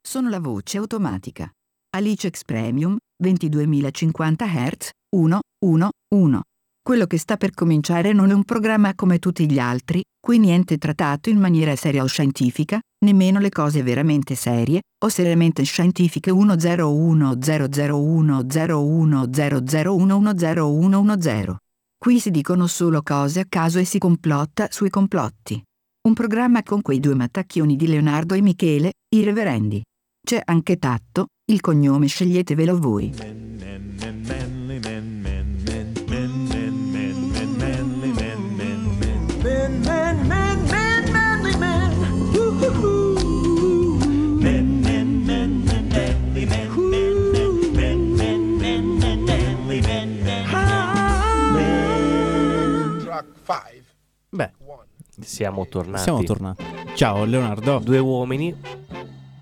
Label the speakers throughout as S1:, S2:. S1: sono la voce automatica. Alice X Premium 22.050 Hz 111. Quello che sta per cominciare non è un programma come tutti gli altri, qui niente trattato in maniera seria o scientifica, nemmeno le cose veramente serie o seriamente scientifiche 101001010100110. Qui si dicono solo cose a caso e si complotta sui complotti. Un programma con quei due mattacchioni di Leonardo e Michele, i reverendi. C'è anche Tatto, il cognome sceglietevelo voi.
S2: Beh, siamo tornati.
S3: Siamo tornati. Ciao Leonardo.
S2: Due uomini,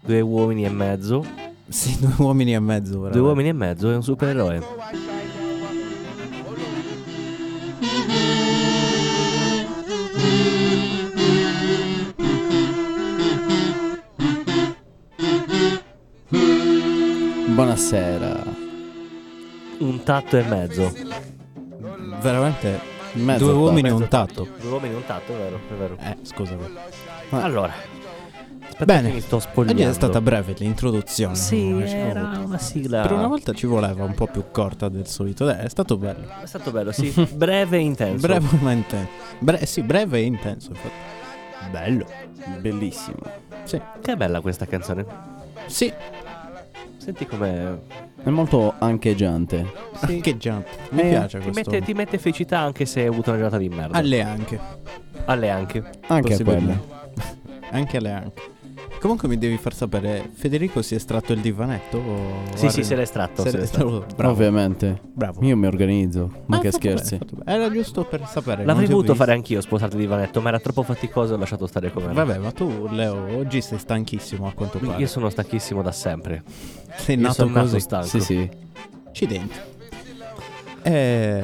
S2: due uomini e mezzo.
S3: Sì, due uomini e mezzo.
S2: Due uomini e mezzo è un supereroe.
S3: Buonasera.
S2: Un tatto e mezzo.
S3: Veramente due uomini e un tatto.
S2: Due uomini e un tatto, è vero, è vero.
S3: Eh, scusa.
S2: Allora, aspetta
S3: Bene.
S2: che mi sto
S3: Oggi
S2: spogliando.
S3: è stata breve l'introduzione.
S2: Sì,
S3: Diciamo.
S2: era una sigla.
S3: Per una volta ci voleva un po' più corta del solito. Dai, è stato bello.
S2: È stato bello, sì. Breve e intenso.
S3: Breve ma intenso. Bre- sì, breve e intenso. infatti. Bello.
S4: Bellissimo.
S3: Sì.
S2: Che bella questa canzone.
S3: Sì.
S2: Senti come
S4: È molto ancheggiante.
S3: Anche jump. Mi
S2: Eh,
S3: piace
S2: ti
S3: questo.
S2: mette, ti mette felicità anche se hai avuto una giornata di merda.
S3: Alle anche.
S2: Alle anche.
S4: Anche a quella.
S3: Possibilmente. anche alle anche. Comunque mi devi far sapere, Federico si è estratto il divanetto? O
S2: Sì, sì,
S3: Arena?
S2: se l'è estratto.
S3: Se l'è estratto. Bravo.
S4: Ovviamente.
S3: Bravo.
S4: Io mi organizzo. Ma
S3: Ah,
S4: che
S3: fatto bene,
S4: scherzi.
S3: fatto bene. Era giusto per sapere.
S2: L'avrei
S3: non ti ho
S2: voluto
S3: visto.
S2: fare anch'io, sposarti di vanetto, ma era troppo faticoso e ho lasciato stare come era.
S3: Vabbè, ma tu, Leo, oggi sei stanchissimo a quanto pare.
S2: Io sono stanchissimo da sempre.
S3: sei
S2: Io
S3: nato
S2: sono nato
S3: così.
S2: stanco.
S4: Sì, sì.
S3: Accidenti. Eh,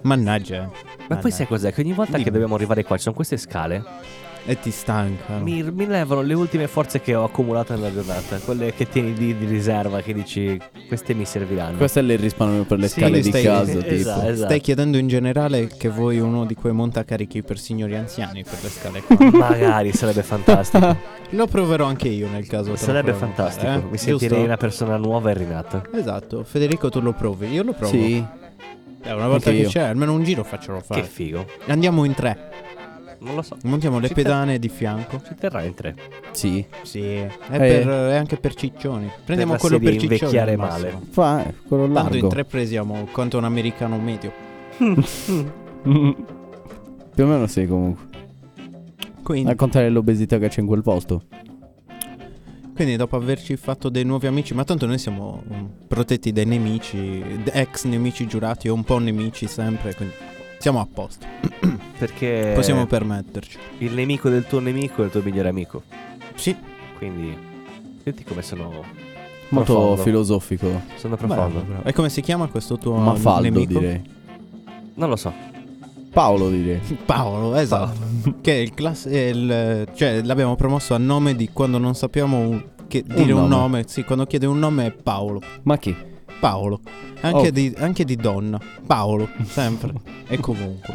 S3: mannaggia.
S2: Ma poi sai cos'è? Che ogni volta che
S3: Dimmi.
S2: dobbiamo arrivare qua ci sono queste scale.
S3: E ti stancano.
S2: Mi, mi levano le ultime forze che ho accumulato nella giornata. Quelle che tieni lì di riserva, che dici queste mi serviranno.
S4: Questo è il risparmio per le
S2: Sì,
S4: scale di
S3: Cioè, stai- eh,
S4: casa.
S2: esatto,
S4: tipo.
S2: esatto.
S3: Stai chiedendo in generale che vuoi uno di quei montacarichi per signori anziani per le scale qua.
S2: Magari sarebbe fantastico.
S3: Lo proverò anche io nel caso. te lo
S2: sarebbe
S3: provo.
S2: fantastico.
S3: Eh,
S2: Mi
S3: giusto?
S2: sentirei una persona nuova e rinata.
S3: Esatto, Federico tu lo provi, io lo provo.
S4: Sì.
S3: Eh, una volta
S4: Anche
S3: che
S4: io.
S3: c'è, almeno un giro faccelo
S2: Che
S3: fare.
S2: figo.
S3: Andiamo in tre.
S2: Non lo so.
S3: Montiamo le
S2: Ci
S3: pedane di fianco.
S2: Ci terrà in tre.
S4: Sì.
S3: Sì. È, per- è anche per ciccioni. Prendiamo
S2: la
S3: quello per
S2: serie
S3: ciccioni.
S2: invecchiare
S3: al massimo.
S2: male.
S4: Fa eh, quello
S3: Tanto in
S4: largo.
S3: tre presiamo quanto un americano medio.
S4: Più o meno sì comunque.
S3: Quindi,
S4: A contare l'obesità che c'è in quel posto.
S3: quindi dopo averci fatto dei nuovi amici, ma tanto noi siamo mm, protetti dai nemici, d- ex nemici giurati o un po' nemici sempre, quindi siamo a posto.
S2: Perché
S3: Possiamo permetterci.
S2: il nemico del tuo nemico è il tuo migliore amico.
S3: Sì,
S2: Quindi senti come sono
S4: Molto
S2: profondo.
S4: filosofico.
S2: sono profondo.
S3: bravo, bravo. E come si chiama questo tuo
S4: ma faldo
S3: Oh, nemico?
S4: direi.
S2: Non lo so.
S4: Paolo direi.
S3: Paolo, esatto. che è il class- è il- cioè, l'abbiamo promosso a nome di quando non sappiamo un- che- dire un
S4: nome.
S3: nome. Sì, quando chiede un nome è Paolo.
S4: Ma chi?
S3: Paolo. Anche,
S4: Oh.
S3: di, anche di donna. Paolo, sempre. e comunque.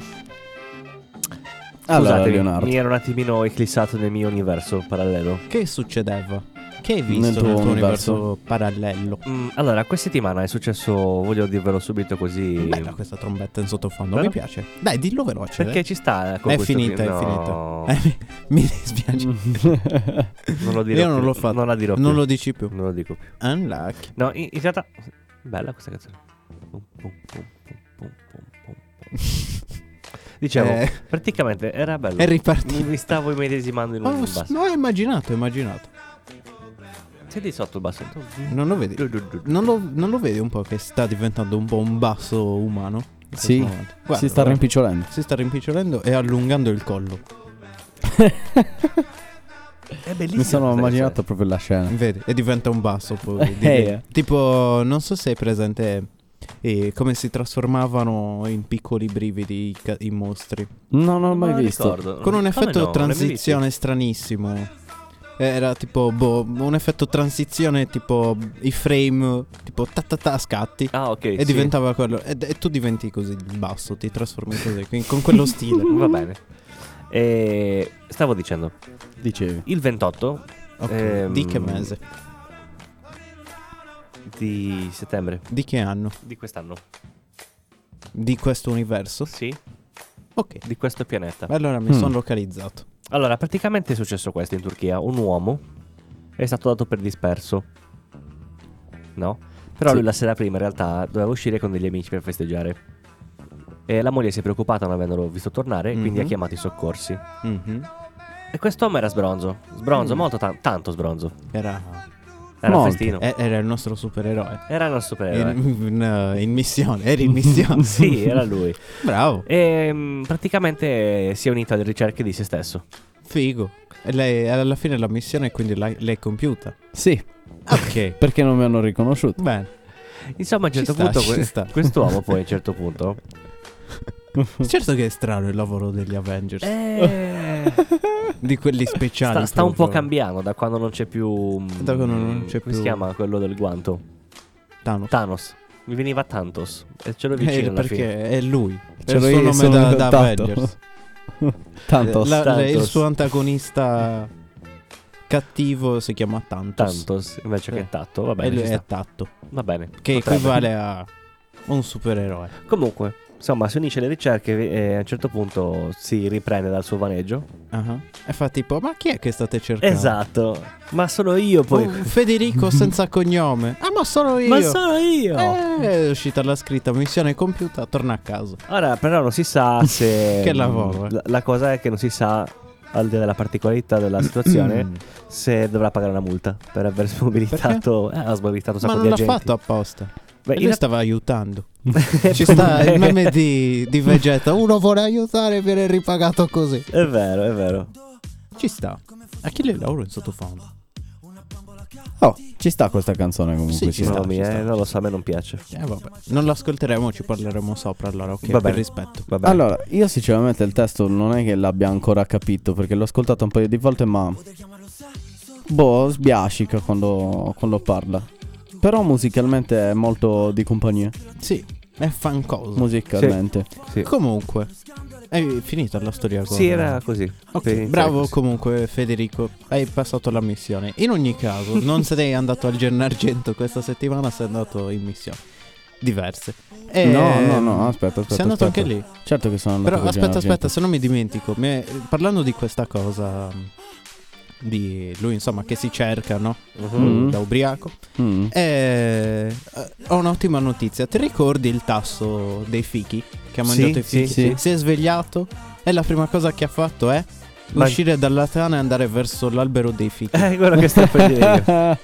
S4: Allora
S2: Scusatemi,
S4: Leonardo.
S2: mi ero un attimino eclissato nel mio universo parallelo.
S3: Che succedeva? Che hai visto
S4: Nel
S3: nel
S4: tuo
S3: tuo,
S4: universo?
S3: universo, parallelo?
S2: Mm, allora, questa settimana è successo, voglio dirvelo subito così.
S3: Bella questa trombetta in sottofondo,
S2: Vero?
S3: mi piace. Dai, dillo veloce.
S2: Perché
S3: dai.
S2: ci sta
S3: cioè,
S2: con
S3: È
S2: questo
S3: finita,
S2: film.
S3: è
S2: No,
S3: finita. Eh, mi mi
S4: Mm.
S3: dispiace.
S2: Non lo dirò
S3: Eh, Io non
S2: più,
S3: l'ho fatto.
S2: Non la dirò
S3: Non
S2: più.
S3: lo dici più.
S2: Non lo dico più.
S3: Unlucky.
S2: No, in, in realtà. Bella questa canzone. Pum, pum, pum, pum, pum, pum, pum, pum. Dicevo,
S3: Eh.
S2: praticamente era bello.
S3: È ripartito.
S2: mi, mi stavo immedesimando
S4: Mm,
S2: in un
S3: Oh,
S2: basso.
S3: s- no, ho immaginato, ho immaginato.
S2: Senti sotto il basso.
S3: Non lo vedi?
S2: Du- du- du- du.
S3: Non lo, non lo vedi un po' che sta diventando un po' un basso umano? In
S4: Sì,
S3: questo momento? Guarda,
S4: si sta
S3: guarda.
S4: rimpicciolendo.
S3: si sta rimpicciolendo e allungando il collo.
S2: È bellissimo.
S4: Mi sono immaginato proprio la scena.
S3: Vedi? E diventa un basso poi. di-
S4: Eh, eh.
S3: Tipo, non so se è presente eh, come si trasformavano in piccoli brividi i, ca- i mostri.
S4: No, non l'ho mai visto.
S3: Con un effetto transizione stranissimo. Eh, Era tipo boh, un effetto transizione tipo i frame, tipo ta ta ta scatti.
S2: Ah, ok.
S3: E diventava quello. Ed- E, tu diventi così basso, ti trasformi così, quindi con quello stile.
S2: Va bene. E stavo dicendo,
S4: Dicevi.
S2: il 28
S3: Ok,
S2: Ehm,
S3: Di che mese?
S2: di settembre
S3: Di che anno?
S2: di quest'anno.
S3: Oh. Di questo universo?
S2: Sì,
S3: Ok.
S2: di questo pianeta.
S3: Beh, Allora mi
S4: Mm.
S3: sono localizzato.
S2: Allora, praticamente è successo questo in Turchia. Un uomo è stato dato per disperso. No? Però
S4: Sì.
S2: lui la sera prima in realtà doveva uscire con degli amici per festeggiare. E la moglie si è preoccupata non avendolo visto tornare, quindi
S3: Mhm.
S2: ha chiamato i soccorsi.
S3: Mhm.
S2: E quest'uomo era sbronzo. Sbronzo,
S3: Mm.
S2: molto tan- tanto sbronzo.
S3: Era,
S2: Era
S4: Molto.
S2: festino.
S3: eh, era il nostro supereroe.
S2: Era il nostro supereroe.
S3: In, in, eh, in missione, eri in missione.
S2: sì, era lui.
S3: Bravo,
S2: E mm, praticamente si è unito alle ricerche di se stesso.
S3: figo. E lei alla fine la missione quindi l'hai, l'hai compiuta.
S4: Sì,
S3: Ok,
S4: perché non mi hanno riconosciuto.
S3: bene.
S2: Insomma, a un
S3: Ci
S2: certo
S3: sta,
S2: punto,
S3: ci
S2: que-
S3: sta.
S2: quest'uomo poi a un certo punto.
S3: Certo che è strano il lavoro degli Avengers.
S2: eh,
S3: Di quelli speciali.
S2: sta, sta un po'
S3: proprio.
S2: cambiando da quando non c'è più. mm,
S3: Da quando non c'è più-
S2: come si chiama quello del guanto?
S3: Thanos.
S2: Thanos. Mi veniva Thanos. E ce l'ho vicino
S3: Eh,
S2: alla fine.
S3: perché è lui. È
S4: Ce
S3: il
S4: l'ho
S3: suo
S4: io,
S3: nome
S4: sono
S3: da, da
S4: tanto.
S3: Avengers.
S4: Tanto.
S3: La- la- il
S2: Thanos.
S3: suo antagonista cattivo si chiama Tantos.
S2: Tantos invece
S3: Eh.
S2: che Tatto. Va
S3: E
S2: bene.
S3: lui
S2: ci
S3: è
S2: sta.
S3: Tatto.
S2: Va bene.
S3: Che
S2: potrebbe.
S3: equivale a un supereroe.
S2: Comunque, insomma, si unisce alle ricerche e a un certo punto si riprende dal suo vaneggio.
S3: Ah. E fa tipo, ma chi è che state cercando?
S2: Esatto. Ma sono io poi.
S3: Oh, Federico senza cognome. Ah, ma sono io.
S2: Ma sono io.
S3: Eh, è uscita la scritta missione compiuta, torna a casa.
S2: Ora, però, non si sa se.
S3: Che lavoro, eh.
S2: La, la cosa è che non si sa, al di là della particolarità della situazione, se dovrà pagare una multa per aver smobilitato. Eh, ha smobilitato un
S3: Ma non
S2: sacco di
S3: l'ha
S2: agenti.
S3: fatto apposta.
S2: Beh,
S3: E lui
S2: in realtà- Eh.
S3: stava aiutando. Ci sta il meme di, di Vegeta. Uno vuole aiutare e viene ripagato così.
S2: È vero, è vero.
S3: Ci sta. Achille Lauro in sottofondo.
S4: Oh, ci sta questa canzone comunque.
S3: Sì,
S4: Sì,
S3: ci sta.
S2: Mamma mia, eh, non lo so, a me non piace.
S3: Eh, vabbè. Non l'ascolteremo, ci parleremo sopra allora, ok?
S2: Va
S3: Per
S2: bene.
S3: rispetto.
S2: Vabbè.
S4: Allora, io sinceramente il testo non è che l'abbia ancora capito perché l'ho ascoltato un paio di volte ma... Boh, sbiascica quando, quando parla. Però musicalmente è molto di compagnia.
S3: Sì, è fancoso.
S4: Musicalmente.
S2: sì.
S3: Comunque, è finita la storia con...
S2: Sì, era così. Per
S3: Ok,
S2: iniziare
S3: bravo
S2: così.
S3: comunque Federico, hai passato la missione. In ogni caso, non sei andato al Gennargento questa settimana, sei andato in missioni diverse. E-
S4: No, no, no, aspetta, aspetta.
S3: Ehm, sei andato
S4: aspetta.
S3: anche lì.
S4: Certo che sono andato
S3: Però
S4: con
S3: aspetta,
S4: Gennaro
S3: aspetta, se non mi dimentico, me- parlando di questa cosa mh, di lui, insomma, che si cerca, no?
S2: Mhm.
S4: Mm.
S3: Da ubriaco.
S4: Argento. Mm.
S3: Eh, eh, ho un'ottima notizia. Ti ricordi il tasso dei fichi che ha
S2: Sì,
S3: mangiato i
S2: sì,
S3: fichi?
S4: sì.
S3: Si è svegliato e la prima cosa che ha fatto è
S2: Ma-
S3: uscire dalla tana e andare verso l'albero dei fichi.
S2: Eh, quello che sto per dire io.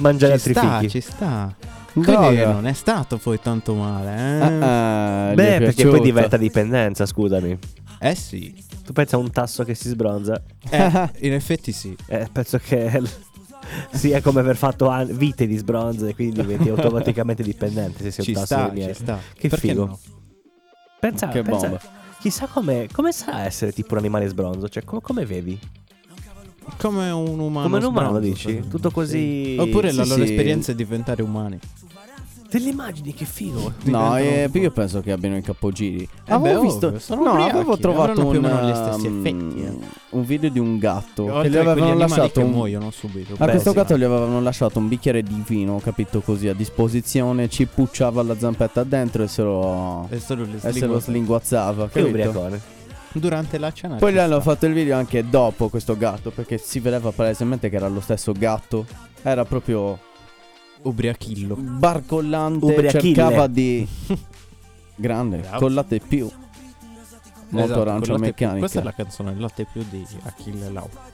S2: Mangiare
S3: ci
S2: altri
S3: sta,
S2: fichi.
S3: ci sta. Quindi
S4: Droga.
S3: non è stato poi tanto male, eh?
S4: Ah, ah, gli è
S2: Beh, perché
S4: piaciuta.
S2: poi diventa dipendenza, scusami.
S3: eh? Eh sì.
S2: Tu pensa a un tasso che si sbronza?
S3: Eh, in effetti sì.
S2: Eh, penso che sia come aver fatto an- vite di sbronzo e quindi diventi automaticamente dipendente se sei
S3: Ci
S2: un tasso
S3: sta,
S2: di miele.
S3: ci sta.
S2: Che
S3: Perché
S2: figo.
S3: no?
S2: Pensa,
S4: Che
S2: Ah, pensa-
S4: bomba.
S2: Chissà come, come sarà essere tipo un animale sbronzo, cioè co- come vedi?
S3: Come un umano.
S2: Come un umano
S3: sbronzo,
S2: dici?
S3: sì.
S2: Tutto così... Oh,
S3: Oppure la
S4: Sì,
S3: loro
S4: sì.
S3: esperienza è diventare umani.
S2: Te le immagini, che figo!
S4: No,
S3: diventano
S4: eh,
S3: un po'.
S4: io penso che abbiano i capogiri.
S3: beh,
S4: avevo
S3: ovvio,
S4: visto.
S3: sono
S4: no,
S3: ubriachi,
S4: avevo trovato
S3: avranno più o
S4: un,
S3: meno gli stessi
S4: um,
S3: effetti, eh.
S4: un video di un gatto che
S3: Oltre
S4: gli
S3: a quegli
S4: avevano
S3: animali
S4: lasciato
S3: che
S4: un
S3: muoiono subito.
S4: A
S2: Beh,
S4: questo
S2: sì.
S4: gatto gli avevano lasciato un bicchiere di vino, capito così, a disposizione, ci pucciava la zampetta dentro e se lo,
S3: È solo le
S4: e se lo
S3: slingue.
S4: slinguazzava,
S2: Che
S4: capito?
S2: ubriacone.
S3: Durante la cena.
S4: Poi gli
S3: ci
S4: hanno
S3: sta.
S4: fatto il video anche dopo questo gatto, perché si vedeva palesemente che era lo stesso gatto. Era proprio
S3: Ubriachillo.
S4: barcollante,
S2: Ubriachille.
S4: cercava di... Grande,
S3: Bravo.
S4: con latte più. Moto
S3: Esatto,
S4: arancia
S3: con latte più.
S4: meccanica.
S3: Questa è la canzone Latte più di Achille Lauro.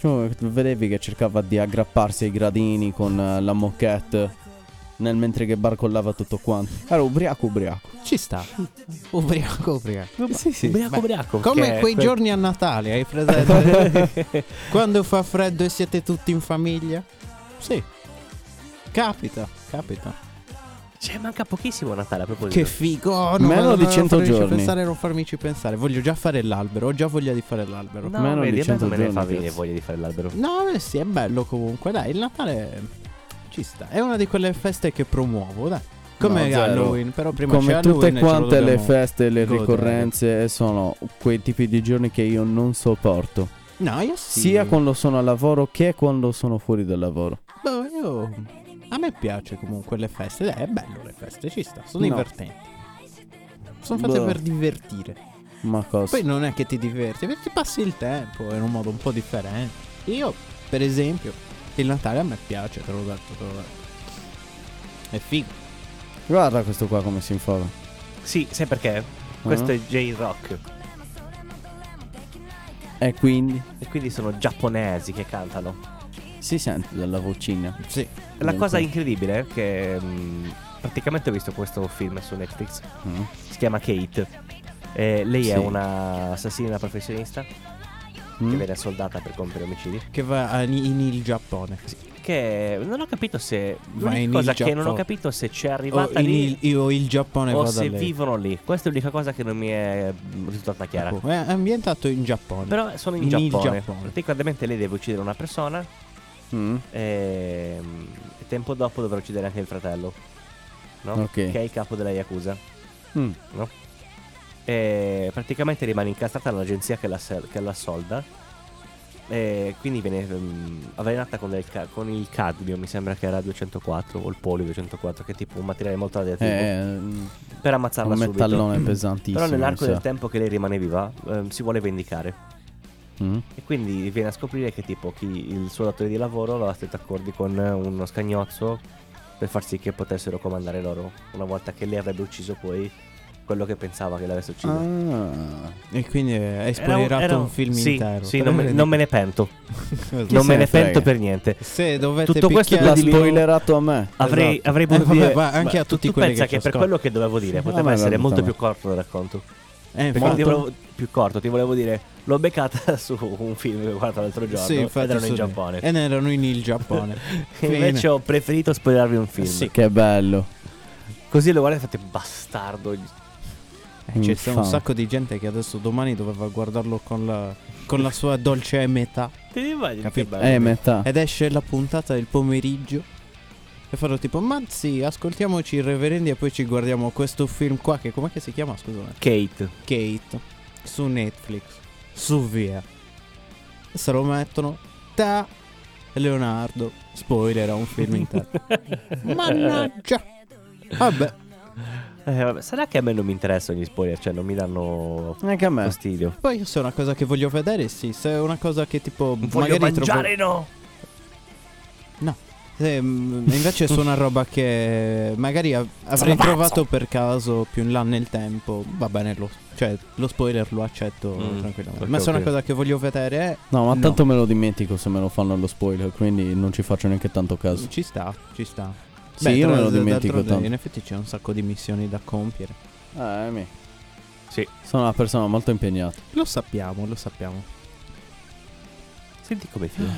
S4: Cioè, vedevi che cercava di aggrapparsi ai gradini con eh, la moquette nel mentre che barcollava tutto quanto. Era ubriaco ubriaco.
S3: Ci sta. Ubriaco, ubriaco.
S4: Sì, sì.
S2: ubriaco,
S3: beh,
S2: ubriaco.
S3: Come
S2: che-
S3: quei
S2: que-
S3: giorni a Natale, hai presente? Quando fa freddo e siete tutti in famiglia? Sì. Capita, capita.
S2: Cioè, manca pochissimo a Natale a proposito.
S3: Che figo! oh, no,
S4: Meno
S3: no, no,
S4: di
S3: non
S4: 100
S3: farmici
S4: giorni.
S3: Pensare, non farmici pensare. Voglio già fare l'albero. Ho già voglia di fare l'albero.
S2: No,
S4: Meno di
S2: vedi, a me
S4: 100
S2: non me ne fa
S4: giorni,
S2: venire
S4: cazzo.
S2: voglia di fare l'albero.
S3: No, eh sì, è bello comunque. Dai, il Natale ci sta. È una di quelle feste che promuovo, dai. Come
S4: No, zero.
S3: Halloween, però prima c'è
S4: Come
S3: Halloween.
S4: tutte
S3: e ce lo
S4: quante le
S3: dobbiamo-
S4: feste, le
S3: godere.
S4: ricorrenze, eh, sono quei tipi di giorni che io non sopporto.
S3: No, io sì.
S4: Sia quando sono al lavoro che quando sono fuori dal lavoro.
S3: Boh, io- A me piace comunque le feste. Dai, è bello le feste, ci sta. Sono
S4: No.
S3: divertenti. Sono fatte
S4: Boh.
S3: per divertire.
S4: Ma cosa?
S3: Poi non è che ti diverti, perché passi il tempo in un modo un po' differente. Io, per esempio, il Natale a me piace, te l'ho detto, te l'ho detto. È figo.
S4: Guarda questo qua come si infoga.
S2: Sì, sai perché? Questo è J-Rock.
S4: E quindi
S2: E quindi sono giapponesi che cantano.
S4: si sente dalla vocina.
S3: Sì.
S2: La
S4: Dunque.
S2: cosa incredibile è che mh, praticamente ho visto questo film su Netflix.
S4: Mm.
S2: Si chiama Kate. Eh, lei è
S4: Sì.
S2: una assassina professionista che
S4: Mm.
S2: viene assoldata per compiere omicidi.
S3: Che va a- in il Giappone.
S2: Che non ho capito se.
S3: Va in
S2: L'unica cosa
S3: il
S2: che non ho
S3: Giappone.
S2: capito se c'è
S3: O
S2: arrivata
S3: in
S2: lì.
S3: il, io il Giappone
S2: o
S3: vado a
S2: se
S3: lei.
S2: vivono lì. Questa è l'unica cosa che non mi è mm, risultata chiara.
S3: Ecco, È ambientato in Giappone.
S2: Però sono in,
S3: In il
S2: Giappone.
S3: Giappone.
S2: Praticamente lei deve uccidere una persona
S4: Mm.
S2: e mm, tempo dopo dovrà uccidere anche il fratello. No?
S4: Ok.
S2: Che è il capo della Yakuza.
S4: Mm.
S2: No? E praticamente rimane incastrata all'agenzia che la, ser- che la solda. E quindi viene mm, avvelenata con, del ca- con il cadmio, mi sembra che era 204 o il polio 204, che è tipo un materiale molto radioattivo.
S4: È Eh, mm. un
S2: per ammazzarla subito. Mm.
S4: metallone pesantissimo.
S2: Però nell'arco
S4: mi sa.
S2: del tempo che lei rimane viva ehm, si vuole vendicare
S4: Mm.
S2: e quindi viene a scoprire che tipo chi, il suo datore di lavoro aveva stretto accordi con uno scagnozzo per far sì che potessero comandare loro una volta che lei avrebbe ucciso poi quello che pensava che l'avesse ucciso.
S4: Ah.
S3: E quindi è
S2: Era un-
S3: spoilerato
S2: era
S3: un film
S2: sì,
S3: intero.
S2: Sì, non me, non me ne pento.
S3: Cosa?
S2: non
S4: se
S2: me
S4: ne
S2: ne
S4: frega?
S2: pento per niente.
S3: Se dovete
S2: Tutto questo
S3: picchiare
S4: L'ha
S2: di-
S4: spoilerato a me.
S2: Avrei,
S3: Esatto.
S2: avrei
S3: Eh,
S2: potuto
S3: vabbè,
S2: dire-
S3: va anche
S2: ma
S3: a tutti
S2: tu
S3: quelli
S2: pensa
S3: che ci
S2: che, per
S3: ascoltano.
S2: quello che dovevo dire poteva
S4: vabbè,
S2: essere
S4: vabbè,
S2: molto
S4: vabbè.
S2: più corto il racconto.
S3: Eh,
S2: Perché ti
S3: molto-
S2: volevo- più corto, ti volevo dire, l'ho beccata su un film che ho guardato l'altro giorno
S3: Sì,
S2: ed
S3: infatti
S2: erano in
S3: sono-
S2: Giappone.
S3: E ne erano in il Giappone. Fine.
S2: Invece ho preferito spoilervi un film.
S3: Sì.
S4: Che bello.
S2: Così lo guardate e fate bastardo.
S3: Eh, C'è sta un
S4: Infame.
S3: sacco di gente che adesso domani doveva guardarlo con la, con la sua dolce metà.
S2: Ti immagini
S3: Capito.
S2: che bello?
S4: Eh, metà.
S3: Ed esce la puntata del pomeriggio. E farò tipo, ma sì, ascoltiamoci i reverendi e poi ci guardiamo questo film qua. Che com'è che si chiama? Scusate.
S2: Kate.
S3: Kate. Su Netflix. Su via. E se lo mettono. Ta. Leonardo. Spoiler, è un film intero. Mannaggia. Vabbè.
S2: Eh, vabbè, sarà che a me non mi interessano gli spoiler, cioè non mi danno
S4: Neanche a me.
S2: fastidio.
S3: Poi se è una cosa che voglio vedere, sì, se è una cosa che tipo
S2: Voglio
S3: magari trovo-
S2: mangiare, no!
S3: se, mm, invece su una roba che magari av- avrei
S2: pazzo!
S3: trovato per caso più in là nel tempo, va bene lo cioè lo spoiler lo accetto
S2: Mm,
S3: tranquillamente.
S2: ok,
S3: Ma se è una
S2: ok.
S3: cosa che voglio vedere
S4: No, ma
S3: No.
S4: tanto me lo dimentico se me lo fanno lo spoiler, quindi non ci faccio neanche tanto
S3: eh,
S4: caso.
S3: ci sta, ci sta.
S4: Sì, io me
S3: tra-
S4: lo dimentico
S3: d'altronde,
S4: tanto.
S3: In effetti c'è un sacco di missioni da compiere.
S4: Eh, mi.
S2: Sì.
S4: Sono una persona molto impegnata.
S3: Lo sappiamo, lo sappiamo.
S2: Senti come film.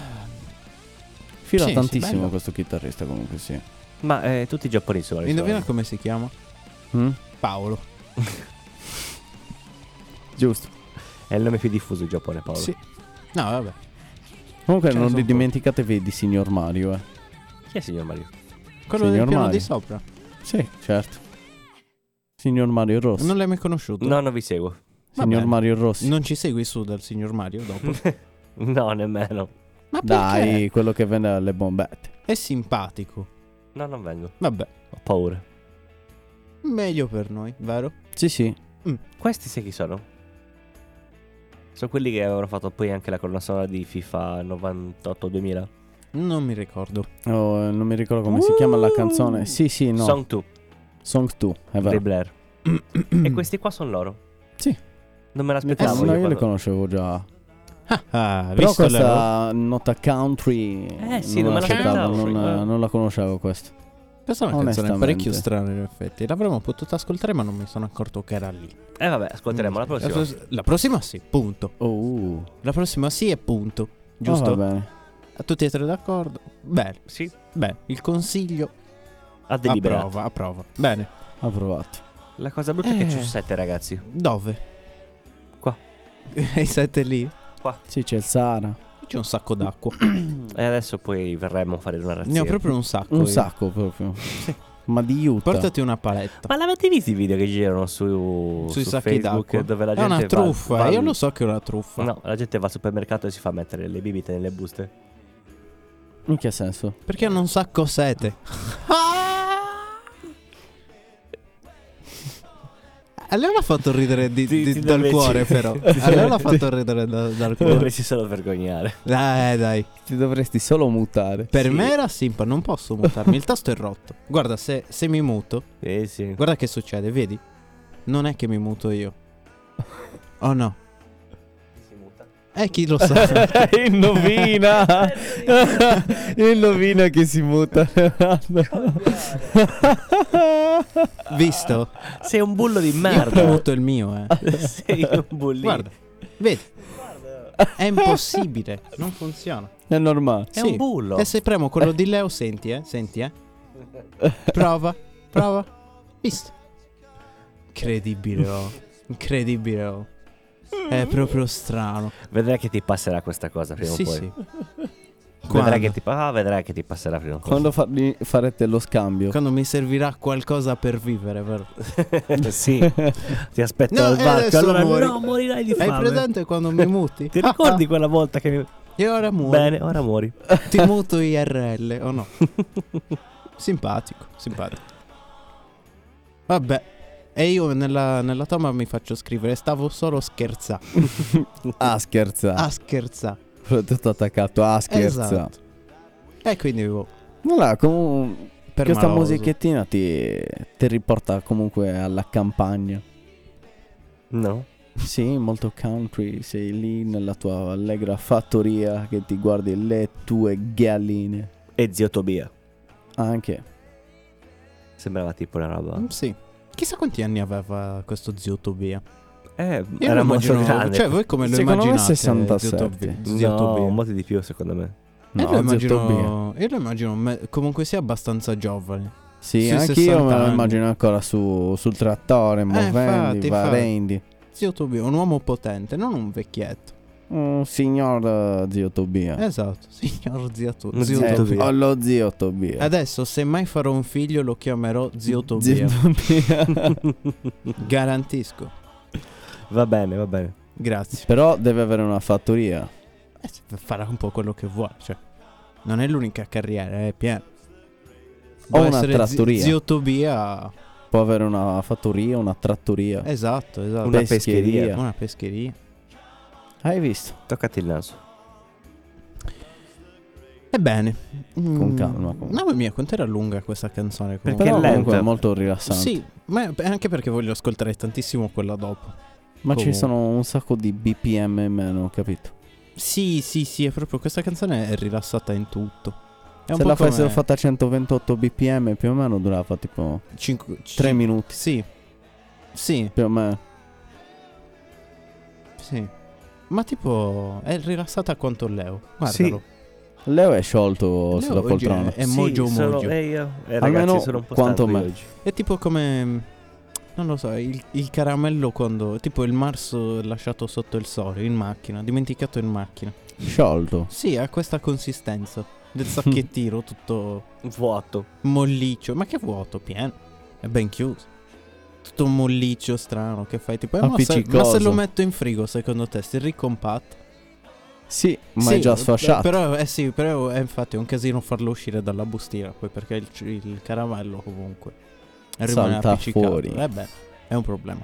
S4: Fila
S3: Sì, sì,
S4: tantissimo
S3: bello.
S4: questo chitarrista comunque, sì.
S2: Ma eh, tutti i giapponesi sono
S3: Indovina come si chiama?
S4: Mm?
S3: Paolo.
S4: Giusto.
S2: È il nome più diffuso in Giappone, Paolo.
S3: Sì. No, vabbè.
S4: Comunque
S3: Ce ne
S4: non
S3: son
S4: vi
S3: pochi.
S4: dimenticatevi di Signor Mario, eh.
S2: Chi è signor Mario?
S3: Quello del
S4: Signor
S3: piano
S4: Mario.
S3: di sopra.
S4: Sì, certo. Signor Mario Rossi.
S3: Non l'hai mai conosciuto?
S2: No, non vi seguo.
S3: va
S4: Signor
S3: bene.
S4: Mario Rossi.
S3: Non ci segui su dal signor Mario dopo?
S2: No, nemmeno.
S3: Ma perché?
S4: Dai, quello che vende le bombette.
S3: È simpatico.
S2: No, non vengo.
S3: Vabbè,
S2: Ho paura.
S3: meglio per noi, vero?
S4: Sì, sì.
S2: Questi sai chi sono? Sono quelli che avevano fatto poi anche la colonna sonora di FIFA 98-2000.
S3: Non mi ricordo.
S4: Oh, eh, non mi ricordo come si chiama
S2: Uh.
S4: la canzone. Sì, sì, no.
S2: Song 2
S4: Song 2, è
S2: dei
S4: vero.
S2: Blair. E questi qua sono loro?
S4: Sì.
S2: Non me
S4: Eh,
S2: l'aspettavo.
S4: sì, no, io le
S2: quando-
S4: conoscevo già.
S3: Ah, ah,
S4: Però
S3: visto la
S4: questa nota country
S2: Eh, sì,
S4: non,
S2: non me
S4: l'aspettavo,
S2: l'aspettavo,
S4: non,
S2: sì. Eh.
S4: non la conoscevo questa.
S3: Questa è una canzone
S4: Onestamente.
S3: parecchio strana in effetti. L'avremmo potuta ascoltare ma non mi sono accorto che era lì.
S2: Eh vabbè, ascolteremo la prossima.
S3: La, pros- la prossima sì, punto.
S4: Oh,
S3: La prossima sì e punto.
S4: giusto?
S3: Giusto? Tutti e tre d'accordo? Bene,
S2: Sì.
S3: bene. Il consiglio
S2: Ha deliberato.
S3: Approva, approva. Bene.
S4: Ha provato.
S2: La cosa brutta è che
S3: Eh.
S2: c'è sette ragazzi.
S3: Dove?
S2: Qua.
S3: I sette lì?
S4: Sì, c'è il Sahara.
S3: C'è un sacco d'acqua.
S2: E adesso poi verremo a fare una razzia.
S3: Ne ho proprio un sacco.
S4: Un
S3: io.
S4: sacco proprio. Ma di Utah.
S3: Portati una paletta.
S2: Esatto. Ma l'avete visto i video che girano su,
S3: Sui
S2: su
S3: sacchi
S2: Facebook
S3: d'acqua.
S2: dove la
S3: È
S2: gente
S3: una
S2: va-
S3: truffa. eh.
S2: va-
S3: Io lo so che è una truffa.
S2: No, la gente va al supermercato e si fa mettere le bibite nelle buste.
S4: In che senso?
S3: Perché hanno un sacco sete. A lei l'ha fatto ridere di-
S2: Ti-
S3: di-
S2: ti
S3: dal
S2: dovresti-
S3: cuore, però. A lei l'ha fatto ridere da- dal cuore.
S2: Dovresti solo vergognare.
S3: Dai, Eh, dai.
S4: Ti dovresti solo mutare.
S3: Per
S2: Sì.
S3: me era simpa, non posso mutarmi. Il tasto è rotto. Guarda, se, se mi muto,
S2: Eh sì.
S3: guarda che succede, vedi? Non è che mi muto io. Oh no. Eh, chi lo sa?
S4: Eh, Indovina! Indovina che si muta.
S3: Visto?
S2: Sei un bullo di
S3: Io ho
S2: merda. Ah,
S3: muto il mio, eh.
S2: Sei un bullino.
S3: Guarda, vedi? È impossibile. Non funziona.
S4: È normale.
S2: è
S3: sì.
S2: un bullo.
S3: E se premo quello di Leo, senti, eh? Senti, eh? Prova, prova. Visto. Incredibile, oh. Incredibile, oh. È proprio strano.
S2: Vedrai che ti passerà questa cosa Mm. prima
S3: sì,
S2: o poi.
S3: sì. Quando?
S2: Vedrai che, ti... ah, vedrai che ti passerà prima o poi.
S4: Quando farli- farete lo scambio?
S3: Quando mi servirà qualcosa per vivere, vero?
S2: sì. Ti aspetto
S3: No,
S2: al
S3: e
S2: varco.
S3: adesso
S2: Allora,
S3: muori.
S2: no, morirai di
S3: Hai
S2: fame.
S3: presente quando mi muti?
S2: Ti ricordi quella volta che mi...
S3: E ora muoio.
S2: Bene, ora muori.
S3: Ti muto IRL o no? simpatico, simpatico. Vabbè. E io nella, nella toma mi faccio scrivere, stavo solo scherzando.
S4: Ah, scherza.
S3: A scherzare.
S4: Tutto attaccato. Ah, scherza.
S3: Esatto. E quindi boh,
S4: Allora, comunque.
S3: per
S4: Questa
S3: maloso.
S4: musichettina ti, ti riporta comunque alla campagna.
S2: No.
S4: Sì, molto country. Sei lì nella tua allegra fattoria che ti guardi le tue galline.
S2: E zio Tobia.
S4: Anche.
S3: Eh,
S2: Sembrava tipo una roba.
S3: Mm, Sì. Chissà quanti anni aveva questo zio Tobia.
S2: Eh,
S3: Io
S2: era
S3: lo
S2: molto
S3: immagino-
S2: grande.
S3: Cioè, voi come lo
S4: Secondo me
S3: immaginate?
S4: 67.
S3: Zio Tobia. Zio
S2: no,
S3: Tobia?
S2: molto di più secondo me.
S3: Io lo
S4: zio Tobia.
S3: immagino, io lo immagino me- comunque sia abbastanza giovane.
S4: Sì,
S3: Sui
S4: anche io me
S3: 60
S4: lo
S3: anni. Eh,
S4: immagino ancora su, sul trattore, muovendi,
S3: infatti,
S4: varendi.
S3: Zio Tobia, un uomo potente, non un vecchietto.
S4: Un signor eh, zio Tobia.
S3: Esatto, signor zio, To-
S2: Zio
S3: zio
S4: Eh,
S3: Tobia.
S4: Ho lo zio Tobia.
S3: Adesso, se mai farò un figlio, lo chiamerò zio Tobia.
S4: Zio Tobia.
S3: Garantisco.
S2: Va bene, va bene.
S3: Grazie.
S4: Però deve avere una fattoria.
S3: Eh, se- farà un po' quello che vuole. Cioè, non è l'unica carriera, è pieno. Può
S4: una
S3: essere zi-
S4: trattoria.
S3: Zio Tobia.
S4: Può avere una fattoria, una trattoria.
S3: Esatto, esatto.
S2: Una
S4: pescheria.
S2: pescheria.
S3: Una pescheria.
S4: Hai visto?
S2: Toccati il naso.
S3: Ebbene.
S4: Con
S3: Mm.
S4: calma. comunque.
S3: Mamma mia, quanto era lunga questa canzone? comunque.
S4: Però
S2: Perché è
S4: comunque è
S2: lenta.
S4: molto rilassante.
S3: Sì, ma è anche perché voglio ascoltare tantissimo quella dopo.
S4: Ma ci
S3: comunque.
S4: sono un sacco di BPM in meno, capito?
S3: Sì, sì, sì, è proprio questa canzone è rilassata in tutto. È un
S4: Se
S3: po'
S4: la fossero
S3: come
S4: fatta a 128 BPM più o meno durava tipo
S3: cinque- cin-
S4: 3 minuti.
S3: Sì. Sì,
S4: Più o meno.
S3: sì. Ma tipo è rilassata quanto Leo. Guardalo.
S4: Leo è sciolto
S3: Leo
S4: sulla
S3: oggi
S4: poltrona.
S3: È, è mojo
S2: sono-
S3: mojo.
S2: eh, io- eh, ragazzi,
S4: Almeno
S2: sono un po'
S4: quanto
S2: stanco
S4: me.
S2: io oggi.
S3: È tipo come. Non lo so, il, il caramello quando. Tipo il marzo lasciato sotto il sole in macchina, dimenticato in macchina.
S4: Sciolto.
S3: Sì, ha questa consistenza del sacchettino tutto
S2: Vuoto.
S3: molliccio. Ma che vuoto, pieno. È ben chiuso. Tutto molliccio, strano, che fai? Tipo, eh, ma, se,
S4: Appiccicoso.
S3: ma se lo metto in frigo, secondo te, si ricompatta?
S4: Sì, ma è
S3: Sì,
S4: già sfasciato.
S3: Però, eh sì, però è infatti è un casino farlo uscire dalla bustina, poi perché il, il caramello comunque rimane
S4: Salta
S3: appiccicato.
S4: fuori.
S3: Eh beh, è un problema.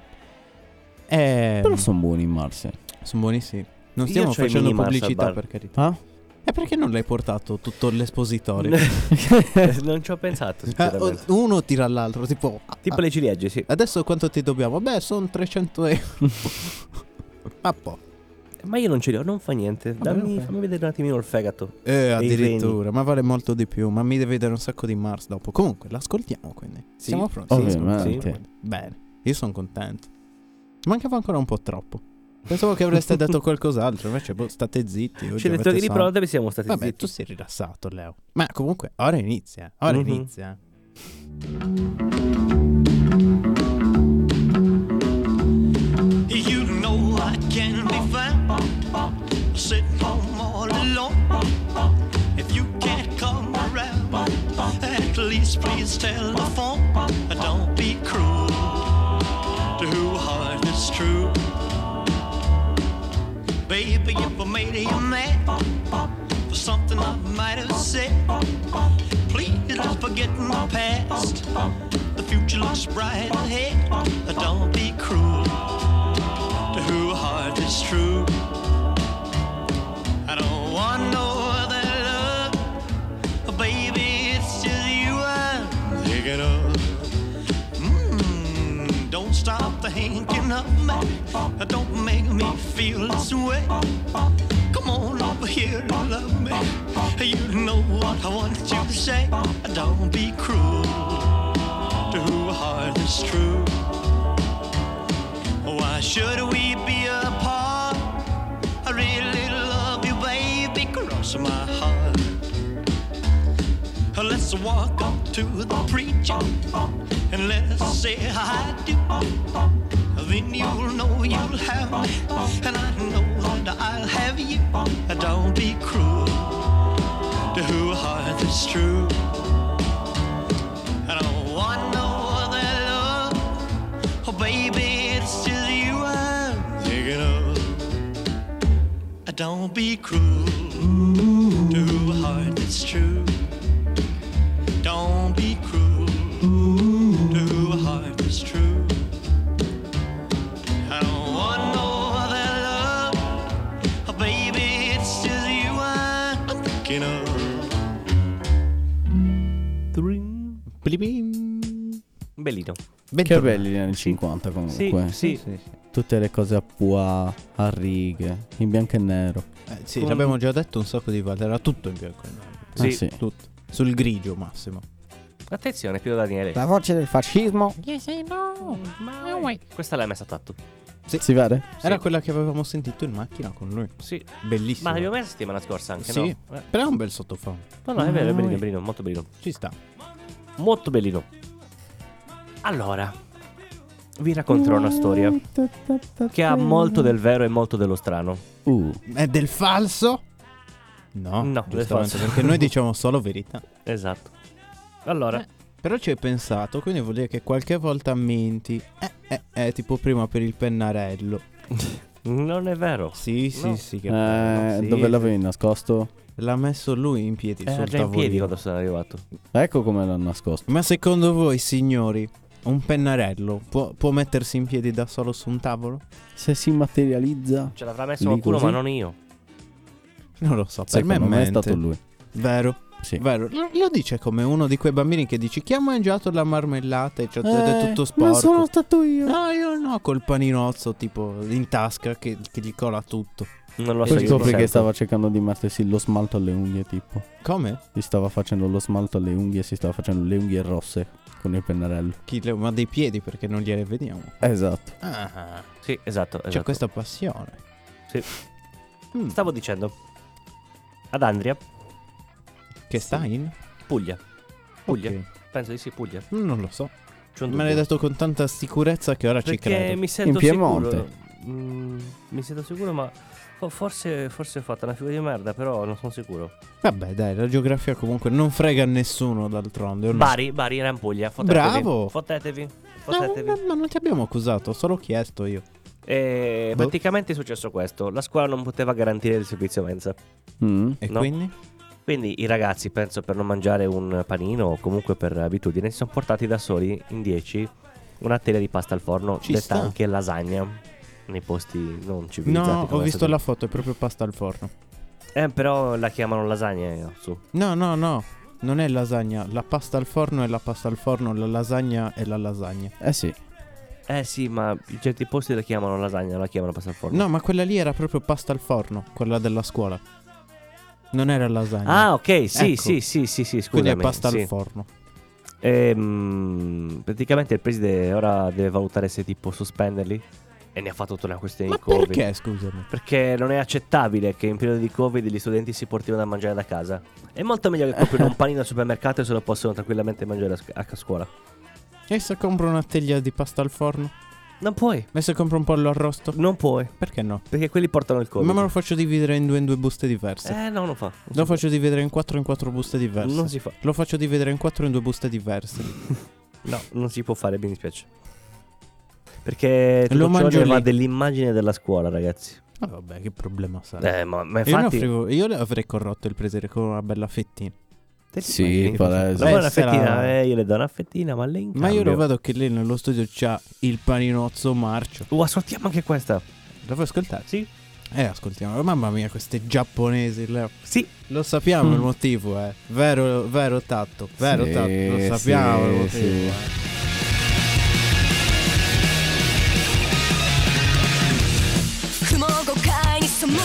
S3: Eh,
S4: Però sono buoni in Marse.
S3: sono buonissimi. Non
S2: Io
S3: stiamo
S2: c'ho i
S3: facendo
S2: mini Mars al
S3: pubblicità
S2: bar.
S3: per carità.
S4: Ah?
S3: E perché non l'hai portato tutto l'espositorio?
S2: Eh, non ci ho pensato,
S3: Eh, o-
S2: sinceramente.
S3: uno tira l'altro, tipo...
S2: Tipo
S3: ah,
S2: le ciliegie, sì.
S3: Adesso quanto ti dobbiamo? Beh, sono 300 euro. ah, po'.
S2: Ma io non ce li ho, non fa niente. Dammi-
S3: vabbè.
S2: fammi vedere un attimino il fegato.
S3: Eh,
S2: i
S3: addirittura, ma vale molto di più. Ma mi deve dare un sacco di Mars dopo. Comunque, l'ascoltiamo quindi.
S2: Sì,
S3: Siamo pronti.
S4: ovviamente.
S3: Sì, ascoltiamo. Bene, io sono contento. Mancava ancora un po' troppo. Pensavo che avreste detto qualcos'altro, invece boh, state zitti. oggi
S2: Ci hai detto
S3: avete
S2: che
S3: sonno.
S2: riprodavi, siamo stati
S3: Vabbè,
S2: zitti.
S3: tu sei rilassato, Leo. Ma comunque, eh, ora inizia. Ora
S2: Mhm.
S3: inizia.
S5: You know I can be found sitting home all alone. If you can't come around, at least please tell the phone. Don't be cruel to who heart is true. Baby, if I made you mad for something I might have said, please don't forget my past. The future looks bright ahead. Don't be cruel to who heart is true. I don't want no other love, baby. It's just you I'm thinking of. Mm, don't stop thinking of me. Don't make me feel this way. Come on over here and love me. You know what I want you to say. Don't be cruel to who heart is true. Why should we be apart? I really love you, baby, cross my heart. Let's walk up to the preacher and let's say I do. Then you'll know you'll have me, and I know that I'll have you. Don't be cruel to who heart is true. I don't want no other love. Oh, baby, it's just you I'm thinking of. Don't be cruel to a heart that's true. Don't be cruel to a heart that's true. I don't want no other love. Oh, baby, it's just you I'm thinking of.
S2: Bellino.
S4: Che belli gli anni 50
S2: Sì,
S4: comunque.
S2: sì.
S4: Tutte le cose a pua, a righe, in bianco e nero.
S3: Eh, sì,
S2: Con-
S3: l'abbiamo già detto un sacco di volte. Era tutto in bianco e nero.
S2: Sì.
S4: Ah, sì.
S3: Tutto. Sul grigio massimo.
S2: Attenzione, Piero Daniele.
S4: La voce del fascismo.
S2: Questa l'hai messa tatto.
S4: Si vede?
S3: Era quella che avevamo sentito in macchina con lui.
S2: Sì.
S3: Bellissimo.
S2: Ma l'abbiamo messa settimana scorsa anche,
S3: Sì.
S2: no? Eh.
S3: Però è un bel sottofondo.
S2: No, no, è vero, è bellino, è bellino, molto bellino.
S3: Ci sta.
S2: Molto bellino. Allora, vi racconterò una storia che ha molto del vero e molto dello strano.
S4: Uh,
S3: È del falso? No,
S2: No, del
S3: giustamente,
S2: falso.
S3: perché noi diciamo solo verità.
S2: Esatto. Eh. Allora,
S3: Però ci hai pensato, quindi vuol dire che qualche volta menti. Eh, eh, eh, tipo prima per il pennarello.
S2: non è vero.
S3: Sì, sì,
S2: No.
S3: sì. Che bello,
S4: eh,
S3: sì.
S4: dove l'avevi nascosto?
S3: L'ha messo lui in piedi
S2: Era
S3: sul
S2: Eh, già in piedi
S3: tavolino.
S2: quando sono arrivato.
S4: Ecco come l'ho nascosto.
S3: Ma secondo voi, signori, un pennarello può, può mettersi in piedi da solo su un tavolo?
S4: Se si materializza,
S2: Ce l'avrà messo
S4: Lì
S2: qualcuno, ma
S4: così?
S2: non io.
S3: Non lo so, per
S4: secondo
S3: me,
S4: me è
S3: mente.
S4: stato lui.
S3: Vero,
S4: Sì.
S3: vero. Lo lo dice come uno di quei bambini che dici chi ha mangiato la marmellata e c'è
S4: Eh,
S3: tutto sporco. Ah,
S4: ma sono stato io.
S3: No, io no, col paninozzo tipo in tasca che, che gli cola tutto.
S2: Non lo so.
S4: Poi
S2: io non
S4: scopri
S3: certo.
S2: sento.
S4: che stava cercando di mettersi lo smalto alle unghie, tipo.
S3: Come?
S4: Gli stava facendo lo smalto alle unghie, si stava facendo le unghie rosse con il pennarello.
S3: Chi le- ma dei piedi perché non gliele vediamo.
S4: Esatto.
S3: Ah,
S2: Sì, esatto.
S4: Cioè,
S3: c'è
S2: esatto.
S3: questa passione.
S2: Sì.
S3: Mm,
S2: Stavo dicendo. Ad Andria,
S3: che sta in?
S2: Puglia. Puglia.
S3: Ok. Mm,
S2: Penso di sì, Puglia.
S3: Non lo so.
S2: C'è un
S3: Me l'hai
S2: dubbio.
S3: detto con tanta sicurezza che ora ci
S2: Perché
S3: credo.
S2: mi sento
S4: In Piemonte.
S2: sicuro. Mm, mi sento sicuro, ma fo- forse, forse ho fatto una figura di merda, però non sono sicuro.
S3: Vabbè, dai, la geografia comunque non frega a nessuno d'altronde. o no?
S2: Bari, Bari era in Puglia. Fottetevi.
S3: Bravo!
S2: Fottetevi.
S3: No, no,
S2: Fottetevi.
S3: no, non ti abbiamo accusato, ho solo chiesto io. Boh.
S2: E Eh, praticamente è successo questo: la scuola non poteva garantire il servizio mensa.
S4: Mm.
S3: E
S2: No.
S3: quindi?
S2: Quindi i ragazzi, penso per non mangiare un panino o comunque per abitudine, si sono portati da soli in 10 una teglia di pasta al forno,
S3: Ci
S2: detta
S3: sta.
S2: anche lasagna. Nei posti non civilizzati.
S3: No, ho
S2: come
S3: visto
S2: adesso-
S3: la foto, è proprio pasta al forno.
S2: Eh, però la chiamano lasagna. eh, su.
S3: No, no, no. Non è lasagna, la pasta al forno è la pasta al forno, la lasagna è la lasagna.
S4: Eh sì.
S2: Eh sì, ma in certi posti la chiamano lasagna, non la chiamano pasta al forno.
S3: No, ma quella lì era proprio pasta al forno, quella della scuola. Non era lasagna.
S2: Ah, ok, sì,
S3: Ecco.
S2: sì, sì, sì, sì,
S3: quindi
S2: scusami.
S3: è pasta
S2: sì.
S3: al forno.
S2: Ehm, praticamente il preside ora deve valutare se tipo sospenderli E ne ha fatto tutta una questione
S3: Ma
S2: di Covid.
S3: perché, scusami?
S2: Perché non è accettabile che in periodo di Covid gli studenti si portino da mangiare da casa. È molto meglio che comprino un panino al supermercato e se lo possono tranquillamente mangiare a sc- a scuola.
S3: E se compro una teglia di pasta al forno?
S2: Non puoi,
S3: E se compro un pollo arrosto?
S2: non puoi,
S3: Perché no?
S2: perché quelli portano il Covid.
S3: Ma me lo faccio dividere in due, in due buste diverse.
S2: Eh, no, non fa. Non si
S3: Lo
S2: può.
S3: faccio dividere in quattro in quattro buste diverse.
S2: Non si fa.
S3: Lo faccio dividere in quattro in due buste diverse.
S2: No, non si può fare, mi dispiace. Perché
S3: Lo
S2: tutto ciò
S3: mangio
S2: ne va
S3: lì.
S2: dell'immagine della scuola, ragazzi.
S3: Ma vabbè, che problema sarà?
S2: Eh, ma, ma
S3: io, ne
S2: infatti...
S3: offrivo- io le avrei corrotto il presere con una bella fettina.
S2: te ti
S4: Sì,
S2: immagini?
S4: palese.
S2: Ma una
S3: Questa era-
S2: fettina, eh, io le do una fettina, ma lei in
S3: Ma io lo
S2: cambio-
S3: vedo che lei nello studio c'ha il paninozzo marcio.
S2: Oh, ascoltiamo anche questa.
S3: La vuoi ascoltare?
S2: Sì?
S3: Eh, ascoltiamo. Mamma mia, queste giapponesi, Leo.
S2: Sì.
S3: Lo sappiamo
S2: Mm.
S3: il motivo, eh. Vero, vero tatto. Vero
S4: Sì,
S3: tatto. Lo
S4: sì,
S3: sappiamo il motivo.
S4: sì.
S3: eh.
S6: 「雲を誤解に背いて」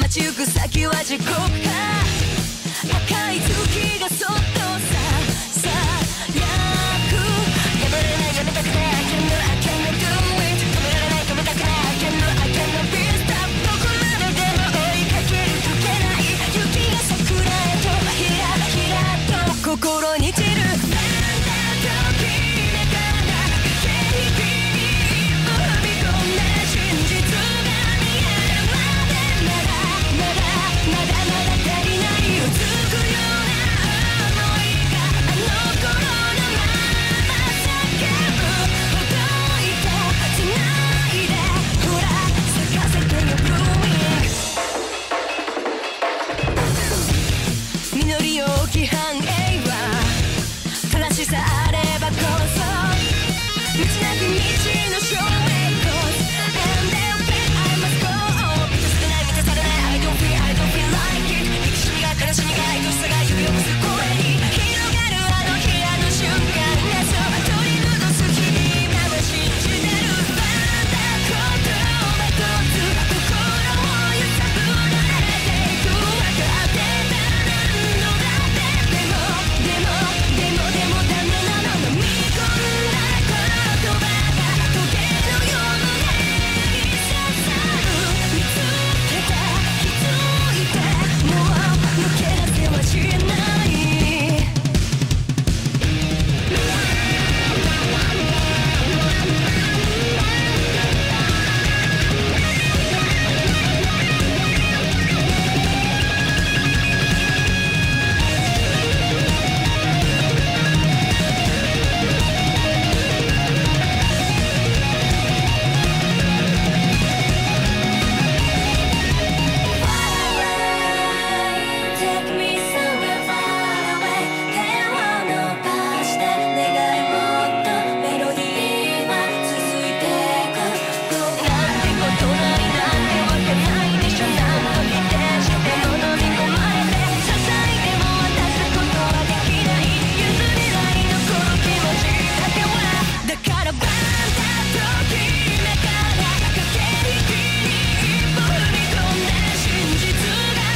S6: 「待ち行く先は地獄か」「赤い月がそっとささやく」「やめれないやめたくない I can't do I can't do it」「止められない止めたくない I can't do I can't be stopped」「どこまででも追いかける解けない」「雪が桜へとひらひらと心に散る」「なんだと決めたら生きて日々に」「飛び込んだ真実が見えるまでならまだまだまだまだ足りない」「うつくような想いがあの頃のまま叫ぶ」「ほどいて繋いでほら咲かせてよブルーミング」実りよき繁栄は正しさあればこそ道なき道の証明 And they'll be I must go 満たされない満たされない I don't feel I don't feel like it 憎しみが悲しみが愛しさが指を結ぶ声に広がるあの日あの瞬間がそう取り戻す君なら信じてるまだ言葉とつ心を揺さぶられていくわかってた何度だってでもでもでもでもダメなの飲み込んで言葉が時計のような指ささる見つけた気づいてもう抜け出せはしない「Far away, take me somewhere far away」「手を伸ばして願い事」「メロディーは続いてく」「なんてことないなんてわけないでしょ」「なんと否定しても飲み込まれて」「支えても渡すことはできない」「譲れないのこの気持ちだけは」「だからバンだと決めたら駆け引きに一歩踏み込んだ」真実が見えるまでならまだまだまだ足りない映るような想いがあの頃のまま叫ぶ言葉とつ繋いでほら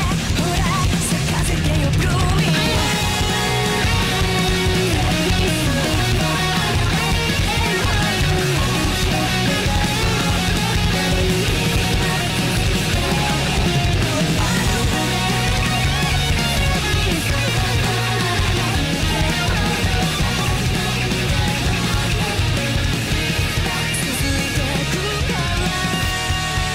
S6: 咲かせてよブルーミ続いてくから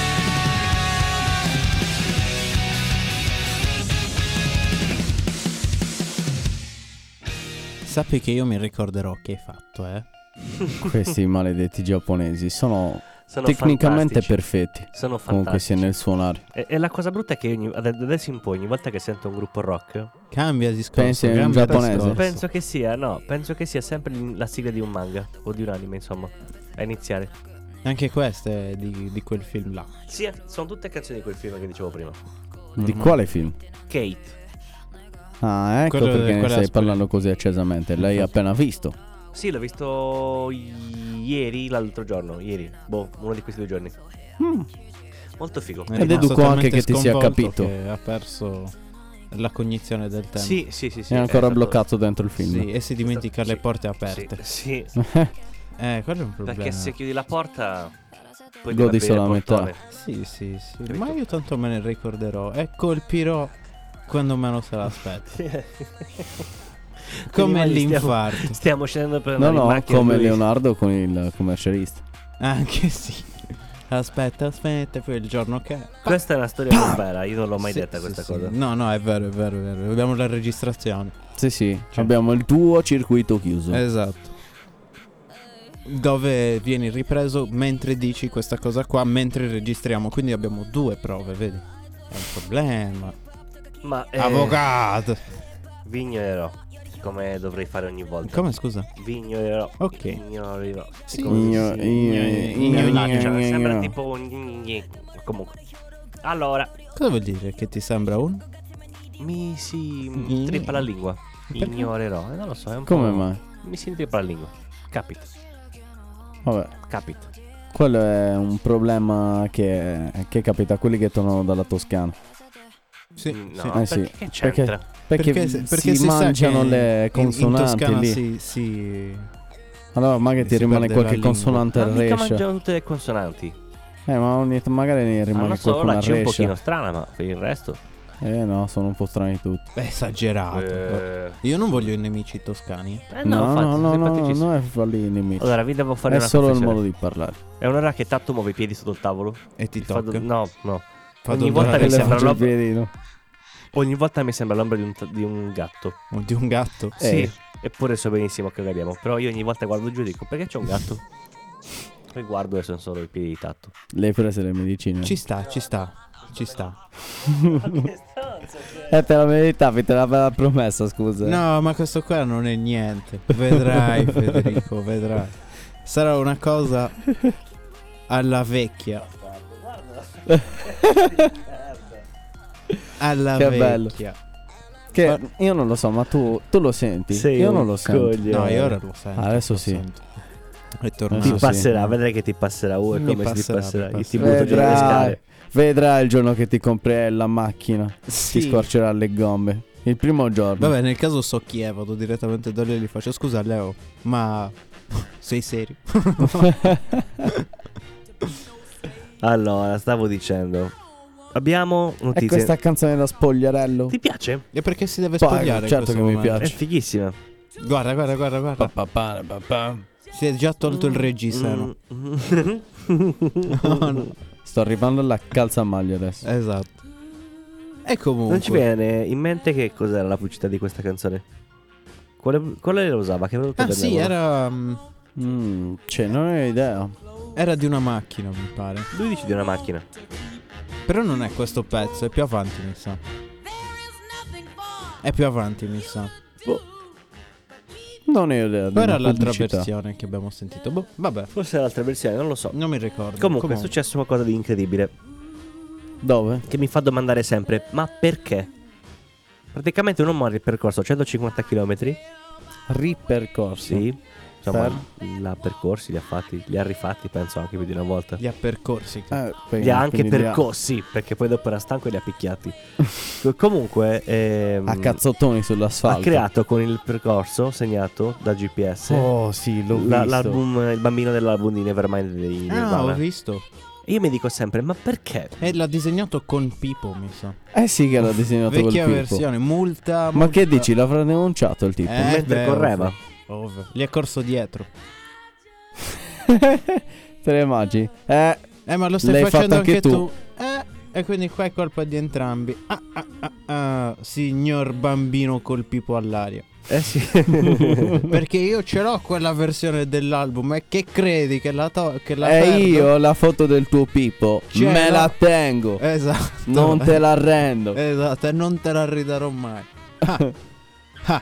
S3: Sappi che io mi ricorderò che hai fatto, eh.
S4: Questi maledetti giapponesi sono
S2: Sono
S4: tecnicamente
S2: fantastici.
S4: perfetti.
S2: Sono
S4: Comunque
S2: fantastici.
S4: sia nel suonare.
S2: E, e la cosa brutta è che ogni, ad- da adesso in poi, ogni volta che sento un gruppo rock,
S3: Cambia discorso.
S4: Pensi in
S3: cambia
S4: giapponese?
S3: discorso.
S2: penso che sia, no, penso che sia sempre l- la sigla di un manga o di un anime, insomma, a iniziare.
S3: Anche queste è di, di quel film là.
S2: Sì, eh, sono tutte canzoni di quel film che dicevo prima.
S4: Di
S3: Mhm.
S4: quale film?
S2: Kate.
S4: Ah, ecco
S3: Quello-
S4: perché ne
S3: quella
S4: stai
S3: scuola.
S4: parlando così accesamente. L'hai appena visto.
S2: Sì, l'ho visto i- ieri, l'altro giorno, ieri, boh, uno di questi due giorni.
S4: Mm.
S2: Molto figo.
S4: Ed
S3: rimasto
S4: deduco anche
S3: talmente
S4: che ti sia
S3: sconvolto
S4: capito.
S3: che ha perso la cognizione del tempo.
S2: Sì, sì, sì, sì.
S4: è ancora
S2: stato-
S4: bloccato dentro il
S3: Sì,
S4: film.
S3: e si dimentica
S2: Sì,
S3: le porte
S2: sì,
S3: aperte.
S2: Sì,
S3: Eh, quello è un problema.
S2: perché se chiudi la porta poi
S4: Godi
S2: devi aprire
S4: solo
S2: il
S4: la metà.
S2: portone.
S3: Sì, sì, sì.
S2: Capito?
S3: Ma io tanto me ne ricorderò e colpirò quando meno se l'aspetta. Come
S2: Quindi stiamo-
S3: l'infarto.
S2: Stiamo scendendo per
S4: No,
S2: andare in
S4: no,
S2: macchina,
S4: come
S2: lui-
S4: Leonardo con il commercialista.
S3: Anche sì. Aspetta, aspetta, poi il giorno che...
S2: Questa è una storia non bella, io non l'ho mai
S3: Sì,
S2: detta
S3: sì,
S2: questa
S3: sì.
S2: cosa.
S3: No, no, è vero, è vero, è vero. Abbiamo la registrazione.
S4: Sì, sì,
S3: Certo.
S4: abbiamo il tuo circuito chiuso.
S3: Esatto. Dove vieni ripreso mentre dici questa cosa qua, mentre registriamo. Quindi abbiamo due prove, vedi? È un problema.
S2: Ma eh,
S3: Avvocato!
S2: vi ignorerò, come dovrei fare ogni volta.
S3: Come scusa?
S2: Vi ignorerò.
S3: Ok.
S2: Ignorerò.
S3: Sì.
S2: Come si-
S4: Igno- igno- igno-
S2: Ignorante, cioè,
S4: igno-
S2: Sembra
S4: igno.
S2: tipo un gni- gni. Comunque. Allora,
S3: Cosa vuol dire che ti sembra un?
S2: mi si
S3: Gni-
S2: trippa la lingua.
S3: Perché?
S2: Ignorerò. Eh, non lo so, è un
S4: Come
S2: po'...
S4: mai?
S2: Mi si trippa la lingua. Capita,
S4: Vabbè,
S2: capita.
S4: quello è un problema che, che capita a quelli che tornano dalla Toscana.
S3: Sì,
S2: Mm, No,
S3: sì.
S4: Eh sì,
S2: perché che c'entra?
S4: Perché,
S3: se-
S4: si,
S3: sa
S4: mangiano
S3: che
S4: le
S3: in-
S4: consonanti
S3: in Toscana
S4: lì.
S3: si, si-
S4: Allora, magari
S3: si
S4: ti rimane
S3: perde
S4: qualche
S3: la lingua.
S4: consonante
S2: Ma
S4: a
S2: Ah, mica
S4: Rescia.
S2: mangiano tutte le consonanti.
S4: Eh, ma ogni, magari ne
S2: Ma
S4: rimane
S2: Ah, non so,
S4: qualcuno a
S2: la c'è un
S4: Rescia.
S2: pochino strana, ma per il resto...
S4: Eh no, sono un po' strani tutti.
S3: Beh,
S4: Ah,
S3: esagerato.
S2: Eh,
S3: Io non voglio i nemici toscani.
S2: eh,
S4: no,
S2: infatti,
S4: no, no,
S2: sono
S4: no,
S2: simpaticissimi.
S4: no, è falli i nemici.
S2: Allora, vi devo fare
S4: è
S2: una
S4: solo il
S2: confessione.
S4: modo di parlare.
S2: È un'ora che Tatto muove i piedi sotto il tavolo.
S3: E ti
S2: Fa do-
S3: tocca.
S2: No, no.
S3: Fa
S2: ogni
S3: dolore.
S2: volta che
S4: Eh, Le
S2: sembra
S4: faccio il
S2: l'ob-
S4: piedino.
S2: Ogni volta mi sembra l'ombra di un, t- di un gatto.
S3: Oh, Di un gatto.
S4: Eh.
S2: Sì. Eppure so benissimo che lo abbiamo. Però io ogni volta guardo giù e dico, perché c'è un gatto? Poi guardo e sono solo i piedi di Tatto.
S4: Le hai prese le medicine.
S3: Ci sta, ci sta. Ci sta.
S4: Eh, te la meritavi, te l'aveva promessa, scusa.
S3: No, ma questo qua non è niente. Vedrai, Federico, vedrai. Sarà una cosa alla vecchia. Alla
S4: Che bello.
S3: vecchia.
S4: Che io non lo so, ma tu, tu lo senti?
S2: Sei
S4: io
S2: un
S4: non lo sento.
S2: coglione.
S3: No, io ora lo sento.
S4: Adesso
S3: lo
S4: sì.
S3: sento. È
S4: Ti
S3: tornato.
S4: pa- passerà,
S2: vedrai che ti passerà. Uh,
S3: è Mi come se ti passerà, passerà. mi Io ti passerà.
S2: butto giù le
S4: Vedrai,
S2: scale.
S4: vedrai il giorno che ti compri la macchina.
S3: Sì.
S4: Ti squarcerà le gambe. Il primo giorno.
S3: Vabbè, nel caso so chi è, vado direttamente da lui e gli faccio scusa Leo, ma sei serio?
S2: Allora, stavo dicendo. Abbiamo
S4: È
S2: notizie.
S4: questa canzone da spogliarello.
S2: Ti piace?
S3: E perché si deve
S4: Poi,
S3: spogliare? in
S4: certo
S3: questo
S4: che mi
S3: momento?
S2: È
S4: piace.
S2: fighissima.
S3: Guarda, guarda, guarda, guarda. Si è già tolto il regista. no?
S2: Mm.
S3: No, no.
S4: Sto arrivando alla calzamaglia adesso.
S3: Esatto. E comunque.
S2: Non ci viene in mente che cos'era la pubblicità di questa canzone? Quale, quale la usava? Che prodotto
S3: Ah sì,
S2: abbiamo?
S3: era, mm,
S4: Mm, cioè, non ho idea.
S3: era di una macchina, mi pare.
S2: Lui dice di una macchina.
S3: Però non è questo pezzo, è più avanti, mi sa. È più avanti, mi sa.
S4: Non ho idea. di
S3: Poi era
S4: una
S3: l'altra
S4: pubblicità.
S3: versione che abbiamo sentito. Boh, vabbè,
S2: Forse è l'altra versione, non lo so.
S3: non mi ricordo.
S2: Comunque è successo qualcosa di incredibile
S4: Dove?
S2: che mi fa domandare sempre, ma perché? Praticamente un uomo ha ripercorso 150 km.
S4: Ripercorsi.
S2: Sì. Insomma, li ha percorsi, li ha fatti, li ha rifatti, penso anche più di una volta.
S3: Li ha percorsi.
S4: Eh,
S2: Li ha anche
S4: quindi li
S2: percossi, perché poi dopo era stanco e li ha picchiati. Comunque, ehm,
S4: A cazzottoni
S2: ha
S4: sull'asfalto.
S2: creato con il percorso segnato da GPS
S4: Oh, sì, l'ho
S2: la-
S4: visto.
S2: l'album, il bambino dell'album di Nevermind dei
S3: Ah, ho Eh,
S2: Nirvana.
S3: visto.
S2: E io mi dico sempre, ma perché?
S3: E l'ha disegnato con Pipo, mi sa.
S4: Eh sì che l'ha disegnato quel
S3: Vecchia
S4: tipo.
S3: versione, multa.
S4: Ma che dici? L'avrà denunciato il tipo?
S3: Eh,
S2: mentre
S3: beh,
S2: correva.
S3: ovvio, ovvio. Gli è corso dietro.
S4: Te le immagini? Eh,
S3: Eh, ma lo stai
S4: L'hai
S3: facendo
S4: fatto anche
S3: anche tu. Eh, e quindi qua è colpa di entrambi. Ah, ah, ah, ah, signor bambino col pipo all'aria.
S2: Eh sì.
S3: Perché io ce l'ho quella versione dell'album. E che credi che la to- che la
S4: e
S3: perdo?
S4: Eh,
S3: Cioè,
S4: io la foto del tuo Pippo
S3: Ce
S4: me
S3: l'ho.
S4: la tengo.
S3: Esatto.
S4: Non te la rendo.
S3: Esatto, e non te la ridarò mai. Ah. Ah.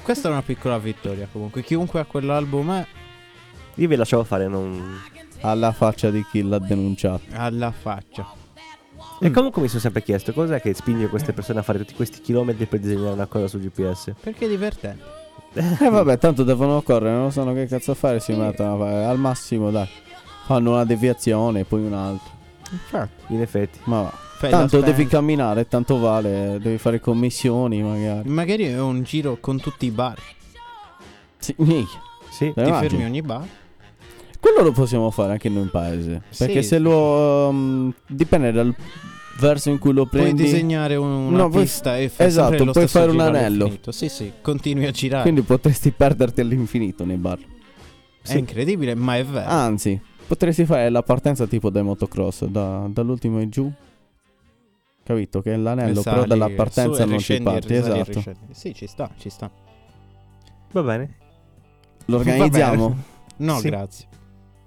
S3: Questa è una piccola vittoria comunque. Chiunque ha quell'album è
S2: Io vi lasciavo fare, non...
S4: Alla faccia di chi l'ha denunciato.
S3: alla faccia.
S2: E comunque mi sono sempre chiesto cos'è che spinge queste persone a fare tutti questi chilometri per disegnare una cosa su GPS.
S3: Perché è divertente.
S4: Eh, E vabbè, tanto devono correre, non sanno che cazzo fare, si mettono a fare. Al massimo, dai. Fanno una deviazione, poi un'altra.
S3: Certo.
S2: In effetti.
S4: Ma va.
S3: Fai la
S4: Tanto
S3: spesa.
S4: devi camminare, tanto vale, devi fare commissioni magari.
S3: Magari è un giro con tutti i bar.
S4: Sì, minchia.
S2: Sì.
S4: Eh,
S3: Ti
S4: immagini.
S3: fermi ogni bar.
S4: Quello lo possiamo fare anche noi in paese.
S3: Sì,
S4: Perché se
S3: sì,
S4: lo. ehm, dipende dal verso in cui lo
S3: Puoi
S4: prendi.
S3: disegnare un- una
S4: No, puoi-
S3: pista e fai
S4: esatto,
S3: sempre lo
S4: puoi
S3: stesso
S4: fare un
S3: giro
S4: anello.
S3: all'infinito. Sì, sì, continui a girare.
S4: Quindi potresti perderti all'infinito nei bar.
S3: È incredibile, ma è vero.
S4: Anzi, potresti fare la partenza tipo dai motocross, da- dall'ultimo in giù. Capito? Che è l'anello,
S3: E
S4: però
S3: sali
S4: dalla
S3: su
S4: partenza
S3: e
S4: non ci
S3: riscendi,
S4: parti.
S3: risali e
S4: Esatto.
S3: riscendi. Sì, ci sta, ci sta.
S2: Va bene.
S4: Lo organizziamo?
S3: No,
S2: Sì.
S3: grazie.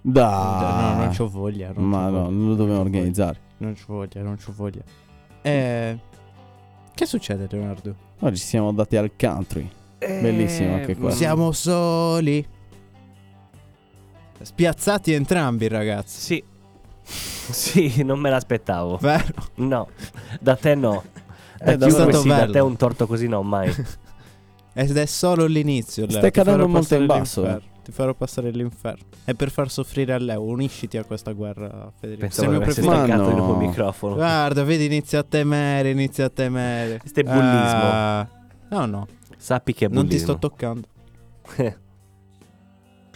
S4: Dai.
S3: No, non c'ho voglia. Non
S4: Ma
S3: c'ho
S4: no,
S3: voglia,
S4: non lo
S3: c'ho
S4: dobbiamo
S3: voglia,
S4: organizzare.
S3: Non c'ho voglia, non c'ho voglia. Eh, che succede, Leonardo?
S4: Oggi siamo dati al country. Bellissimo anche quello.
S3: Siamo soli. Spiazzati entrambi, ragazzi.
S2: Sì. Sì, non me l'aspettavo.
S3: Vero?
S2: No. Da te no. Da
S4: Eh, da
S2: chiunque
S3: stato
S2: sì, da
S3: bello.
S2: te un torto così no, mai.
S3: Ed è solo l'inizio. Leo.
S4: Stai
S3: Ti farò
S4: cadendo molto
S3: passare
S4: in basso,
S3: l'inferno. Ti farò passare l'inferno. E per far soffrire a Leo, unisciti a questa guerra, Federico. Sei Ah, il
S2: Pensavo che
S3: mio
S2: avessi
S4: preferito.
S3: preferito.
S4: Ma
S2: staccato il
S4: no.
S2: tuo microfono.
S3: Guarda, vedi, inizia a temere, inizia a temere.
S2: Questo è bullismo.
S3: Ah, no, no,
S2: Sappi che è
S3: non ti
S2: bullismo.
S3: sto toccando.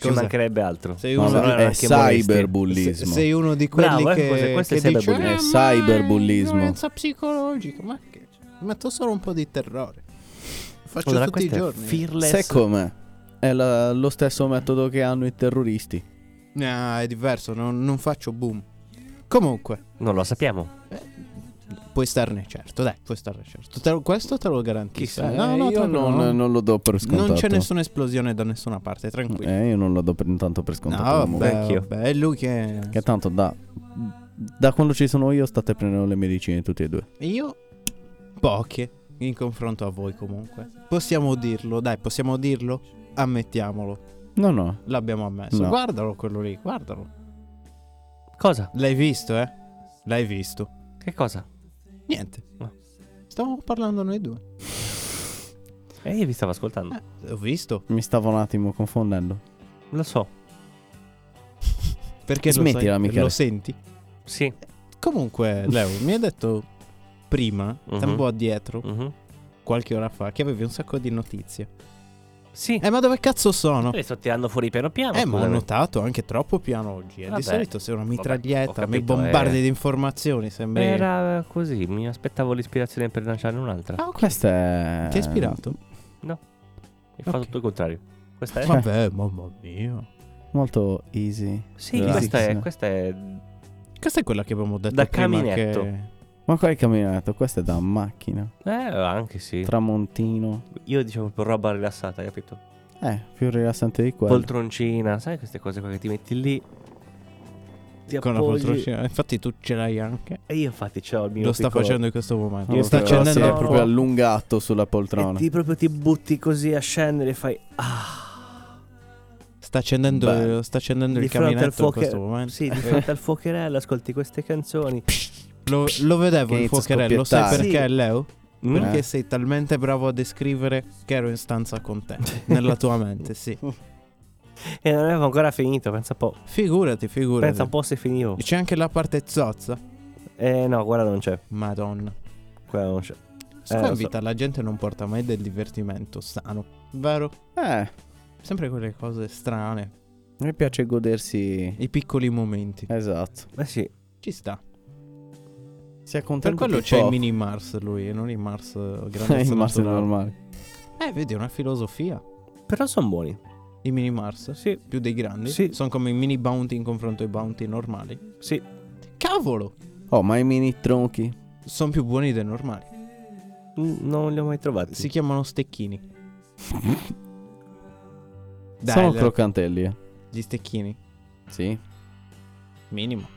S2: Ci
S3: Cos'è?
S2: mancherebbe altro.
S3: Sei
S4: Ma
S3: uno,
S2: Allora,
S4: è
S2: anche molesti.
S3: se-
S4: cyberbullismo.
S3: sei uno di quelli
S2: Bravo, eh, cos'è?
S3: che,
S2: Questo è
S3: che dice,
S2: cyberbullismo.
S4: È
S3: "Eh, ma
S4: cyberbullismo."
S3: Ignoranza psicologica, ma che... Metto solo un po' di terrore. Faccio
S2: Allora,
S3: tutti i
S2: questo è
S3: giorni.
S2: fearless.
S4: Sai com'è? È la- lo stesso metodo che hanno i terroristi.
S3: No, Ah, è diverso, non, non faccio boom. Comunque,
S2: Non lo sappiamo.
S3: puoi starne certo, dai, puoi starne certo. Te lo- questo te lo garantisco.
S2: Chissà,
S3: eh.
S4: Eh, io
S3: tranquillo,
S4: non,
S3: no.
S4: non lo do per scontato.
S3: Non c'è nessuna esplosione da nessuna parte, tranquillo.
S4: Eh, io non lo do per, tanto per
S3: no,
S4: scontato. comunque.
S3: vabbè,
S2: Anch'io.
S3: vabbè, è lui che...
S4: Che tanto da, da quando ci sono io state prendendo le medicine tutti e due.
S3: Io poche in confronto a voi comunque. Possiamo dirlo, dai, possiamo dirlo? Ammettiamolo.
S4: No, no.
S3: L'abbiamo ammesso.
S4: No.
S3: Guardalo quello lì, guardalo.
S2: Cosa?
S3: L'hai visto, eh? L'hai visto.
S2: Che cosa?
S3: Niente.
S2: No.
S3: Stavamo parlando noi due.
S2: Eh, io vi stavo ascoltando.
S3: Eh, ho visto.
S4: Mi stavo un attimo confondendo.
S2: Lo so.
S3: Perché lo,
S4: Smettila,
S3: sai-
S4: Michele.
S3: lo senti?
S2: Sì.
S3: Comunque, Leo, mi hai detto prima,
S2: Mhm.
S3: tempo addietro,
S2: Mhm.
S3: qualche ora fa, che avevi un sacco di notizie.
S2: Sì.
S3: Eh, ma dove cazzo sono?
S2: Le sto tirando fuori piano piano.
S3: Eh, ma ho
S2: scusami.
S3: notato anche troppo piano oggi. eh.
S2: Vabbè.
S3: Di solito sei una
S2: ho
S3: mitraglietta,
S2: capito,
S3: mi bombardi
S2: eh.
S3: di informazioni. Sembri.
S2: Era eh, così, mi aspettavo l'ispirazione per lanciarne un'altra.
S3: Ah, ok.
S4: Questa è.
S3: Ti ha ispirato?
S2: Mi fa
S3: ok.
S2: tutto il contrario. Questa è?
S3: Vabbè, mamma mia.
S4: Molto easy.
S2: Sì,
S4: Relax.
S2: questa è, questa è
S3: Questa è quella che avevamo detto
S2: Da
S3: prima
S2: caminetto.
S3: che-
S4: Ma qua è camminato, questa è da macchina.
S2: Eh, anche sì.
S4: Tramontino.
S2: Io dicevo proprio roba rilassata, hai capito?
S4: Eh, più rilassante di quello.
S2: Poltroncina, sai queste cose qua che ti metti lì? Ti
S3: Con la
S2: appoggi.
S3: poltroncina. Infatti tu ce l'hai anche.
S2: E io infatti c'ho il mio
S3: Lo sta
S2: piccolo-
S3: facendo in questo momento.
S4: Io
S3: Lo sta
S4: stavo-
S3: accendendo
S4: si è
S2: no.
S4: proprio allungato sulla
S2: E
S4: poltrona.
S2: ti, proprio ti butti così a scendere e fai...
S3: Sta accendendo,
S4: Beh.
S3: sta accendendo
S2: Di
S3: il
S2: fronte al
S3: caminetto in
S2: fuoco...
S3: questo momento.
S2: Sì, di fronte al fuocherello ascolti queste canzoni.
S3: Lo, lo vedevo
S4: Che
S3: il
S4: inizia a
S3: fuocherello. Sai
S4: scoppiettare.
S3: perché,
S2: Sì.
S3: Leo?
S2: Mm?
S3: Perché sei talmente bravo a descrivere che ero in stanza con te. nella tua mente, sì.
S2: E eh, non avevo ancora finito, pensa un po'.
S3: Figurati, figurati.
S2: Pensa un po' se finivo.
S3: C'è anche la parte zozza.
S2: Eh no, quella non c'è.
S3: Madonna.
S2: Quella non c'è.
S3: Su in
S2: lo so.
S3: vita la gente non porta mai del divertimento sano, vero?
S4: Eh,
S3: Sempre quelle cose strane,
S4: mi piace godersi.
S3: i piccoli momenti.
S4: Esatto.
S2: Eh sì.
S3: Ci sta.
S4: Si è
S3: Per
S4: contento.
S3: quello
S4: più
S3: c'è il
S4: poco.
S3: mini Mars lui e non i Mars eh,
S4: Eh,
S3: grandezza
S4: il Mars è
S3: naturale.
S4: normale.
S3: Eh, vedi, è una filosofia.
S2: Però sono buoni.
S3: I mini Mars,
S2: Sì,
S3: più dei grandi,
S2: Sì.
S3: sono come i mini bounty in confronto ai bounty normali.
S2: sì.
S3: Cavolo!
S4: Oh, ma i mini tronchi.
S3: Sono più buoni dei normali.
S2: Mm, Non li ho mai trovati.
S3: Si chiamano stecchini. Dai,
S4: Sono
S3: Leo,
S4: croccantelli. eh.
S3: gli stecchini.
S4: Sì.
S3: Minimo.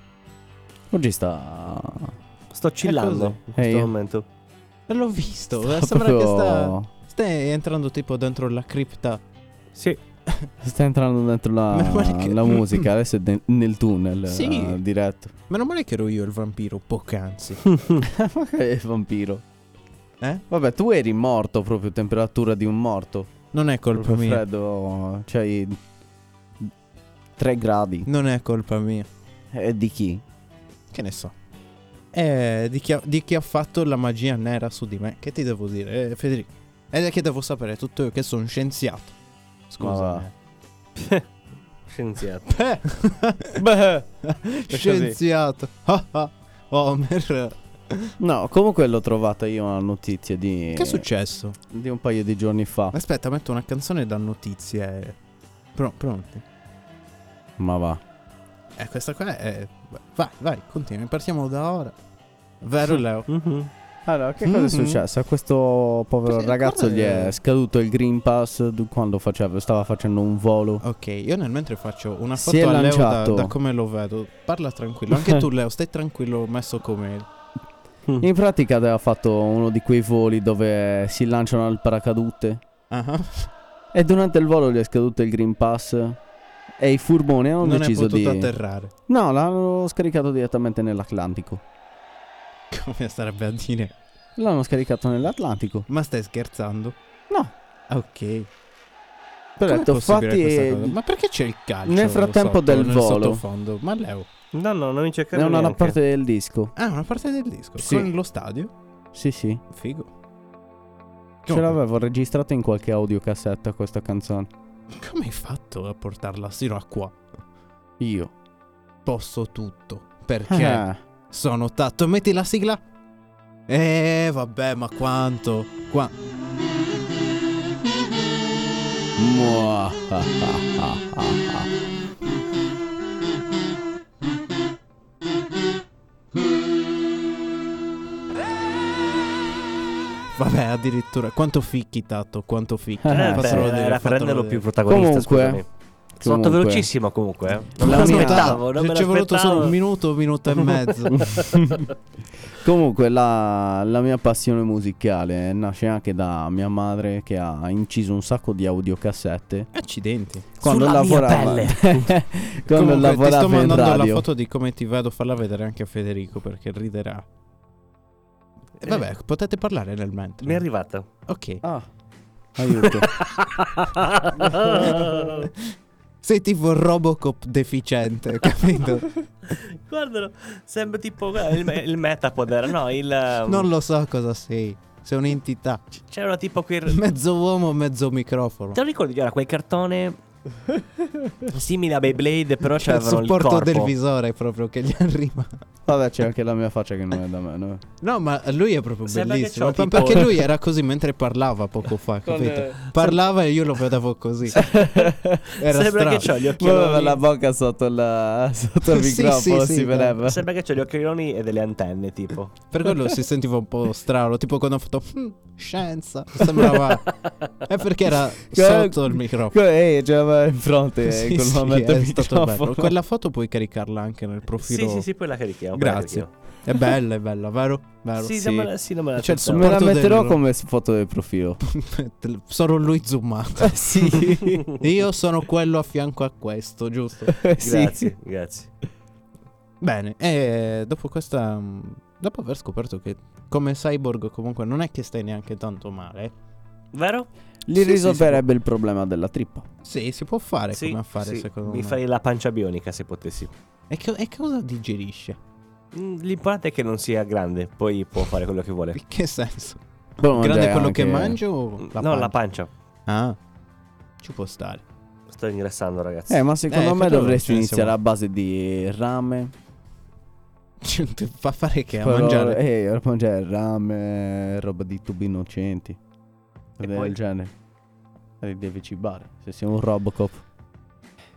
S4: Oggi sta.
S2: Sto chillando
S3: così.
S2: in
S4: Eh,
S2: questo
S4: io.
S2: momento.
S3: Eh, L'ho visto,
S4: sta
S3: sembra
S4: proprio-
S3: che sta... Stai entrando tipo dentro la cripta.
S2: Sì.
S4: Sta entrando dentro
S3: Meno
S4: la,
S3: male che-
S4: la musica, adesso è de- nel tunnel
S3: Sì.
S4: eh, diretto.
S3: Meno male che ero io il vampiro poc'anzi.
S4: Ma che è vampiro.
S3: Eh?
S4: Vabbè, tu eri morto proprio, temperatura di un morto.
S3: Non è colpa
S4: Proprio
S3: mia.
S4: freddo, c'hai 3 gradi.
S3: Non è colpa mia.
S4: E di chi?
S3: Che ne so. Eh, di, chi ha, di chi ha fatto la magia nera su di me. Che ti devo dire, eh, Federico? Ed è che devo sapere tutto io che sono scienziato. eh.
S4: Ma
S3: Scusa.
S4: va.
S2: Scienziato.
S3: Beh. scienziato. Ah, ah. Homer.
S4: No, comunque l'ho trovata io una notizia di.
S3: Che è successo?
S4: Di un paio di giorni fa.
S3: Aspetta, metto una canzone da notizie. Pro- pronti?
S4: Ma va.
S3: Eh, questa qua è. Vai, vai, continua. Partiamo da ora. Vero, Leo?
S2: Mhm.
S4: Allora, che cosa
S3: Mhm.
S4: è successo? A questo povero
S3: Cos'è?
S4: ragazzo
S3: Come-
S4: gli è scaduto il Green Pass du- quando faceva- stava facendo un volo.
S3: Ok, io nel mentre faccio una
S4: Si è
S3: foto a Leo da,
S4: lanciato.
S3: da come lo vedo. Parla tranquillo. Anche tu, Leo, stai tranquillo, messo come.
S4: In pratica aveva fatto uno di quei voli dove si lanciano al paracadute.
S3: Ah,
S4: E durante il volo gli è scaduto il Green Pass. E i furboni hanno
S3: Non, è
S4: deciso
S3: potuto
S4: di.
S3: atterrare.
S4: No, l'hanno scaricato direttamente nell'Atlantico.
S3: Come sarebbe a dire?
S4: L'hanno scaricato nell'Atlantico.
S3: Ma stai scherzando?
S4: No.
S3: Ok.
S4: Però ho
S3: Com'è
S4: detto,
S3: possibile questa cosa?
S4: fatti.
S3: Ma perché c'è il calcio?
S4: eh, nel frattempo
S3: sotto-
S4: del
S3: nel
S4: volo.
S3: sottofondo? Ma Leo.
S2: No, no, non mi cercare
S4: È una
S2: neanche.
S4: parte del disco.
S3: Ah, una parte del disco.
S4: Sì.
S3: Con lo stadio.
S4: Sì, sì.
S3: Figo.
S4: Ce l'avevo registrata in qualche audiocassetta questa canzone.
S3: Come hai fatto a portarla sino a qua?
S4: Io.
S3: Posso tutto. Perché
S4: Ah.
S3: sono tatto. Metti la sigla. Eh, vabbè, ma quanto? Qua... Vabbè, addirittura. Quanto ficchi, tatto. Quanto ficchi.
S4: Eh,
S2: Eh,
S4: beh,
S2: beh,
S3: Fatelo
S2: era
S3: vedere,
S2: per
S3: fatelo
S2: renderlo
S3: vedere.
S2: più protagonista.
S4: Comunque,
S2: scusami. sono andato
S4: comunque.
S2: velocissimo comunque. eh. Non me
S4: La mia-
S2: l'aspettavo, non
S3: Se
S2: me
S3: ci è voluto solo un
S2: l'aspettavo.
S3: minuto, un minuto e mezzo.
S4: Comunque la, la mia passione musicale nasce anche da mia madre che ha inciso un sacco di audiocassette
S3: Accidenti.
S4: quando
S2: Sulla mia
S4: lavorava
S3: Comunque, ti
S4: quando
S3: sto
S4: lavorava in
S3: mandando la
S4: radio.
S3: foto di come ti vedo. Farla vedere anche a Federico perché riderà. E vabbè, potete parlare nel mentre.
S2: Eh. Mi è arrivata.
S3: ok.
S4: Ah, aiuto.
S3: Sei tipo Robocop deficiente, capito?
S2: Guardalo, sembra tipo il, il metapod era, no, il... um,
S3: non lo so cosa sei. Sei un'entità.
S2: c- C'era tipo quel...
S3: Mezzo uomo, mezzo microfono.
S2: Te lo ricordi? Era quel cartone simile a Beyblade, però
S3: C'è il
S2: c'avevano il
S3: supporto
S2: corpo.
S3: del visore proprio che gli arriva.
S4: Vabbè, c'è anche la mia faccia che non è da me. no?
S3: No, ma lui è proprio
S2: Sembra che
S3: bellissimo.
S2: c'ho
S3: ma
S2: tipo- eh,
S3: Perché lui era così mentre parlava poco fa, capito? Parlava e io lo vedevo così. Era
S2: Sembra che
S3: strano.
S2: c'ho gli
S4: Muoveva
S2: occhialoni...
S4: la bocca sotto, la- sotto il
S3: Sì, sì,
S4: microfono,
S3: sì,
S4: si
S3: dai.
S4: vedeva.
S2: Sembra che c'ho gli occhialoni e delle antenne, tipo.
S3: Per quello si sentiva un po' strano. Tipo quando ho fatto "Hmm, scienza. Sembrava. È perché era sotto il microfono.
S4: Eh, c'era in fronte eh,
S3: Sì,
S4: col
S3: sì, eh,
S4: momento
S3: è
S4: il
S3: stato bello.
S4: microfono.
S3: Quella foto puoi caricarla anche nel profilo.
S2: Sì, sì, sì, poi la carichiamo. poi la
S3: Grazie.
S2: carichiamo.
S3: È bella, è bella, vero? Vero.
S2: Sì, non me la- sì, non me la
S3: C'è il
S2: aspettavo.
S4: Me la
S3: Porto del-
S4: metterò come s- foto del profilo.
S3: Sono lui zoomato.
S4: sì.
S3: Io sono quello a fianco a questo, giusto?
S2: Grazie, grazie.
S3: Bene, e dopo questa. mh, Dopo aver scoperto che come cyborg comunque non è che stai neanche tanto male.
S2: Vero?
S4: Gli
S3: Sì,
S4: risolverebbe il problema della trippa.
S3: Sì, si può fare
S2: Sì,
S3: come affare
S2: sì.
S3: secondo
S2: Mi
S3: me.
S2: farei la pancia bionica se potessi.
S3: E, che- e cosa digerisce?
S2: Mm, L'importante è che non sia grande, poi può fare quello che vuole.
S3: In che senso?
S4: Poi mangiare
S3: Grande quello che
S4: anche-
S3: mangio o
S2: no,
S3: la
S2: la
S3: pancia?
S2: pancia.
S3: Ah, ci può stare.
S2: Sto ingrassando, ragazzi.
S4: Eh, ma secondo
S3: Eh,
S4: me
S3: quello
S4: dovresti
S3: ce ne
S4: iniziare
S3: siamo-
S4: a base di rame.
S3: Cioè, ti Fa fare che a
S4: però-
S3: mangiare.
S4: Eh, a mangiare rame, roba di tubi innocenti.
S2: E
S4: E del
S2: poi?
S4: genere. E devi cibare. Se sei un Robocop.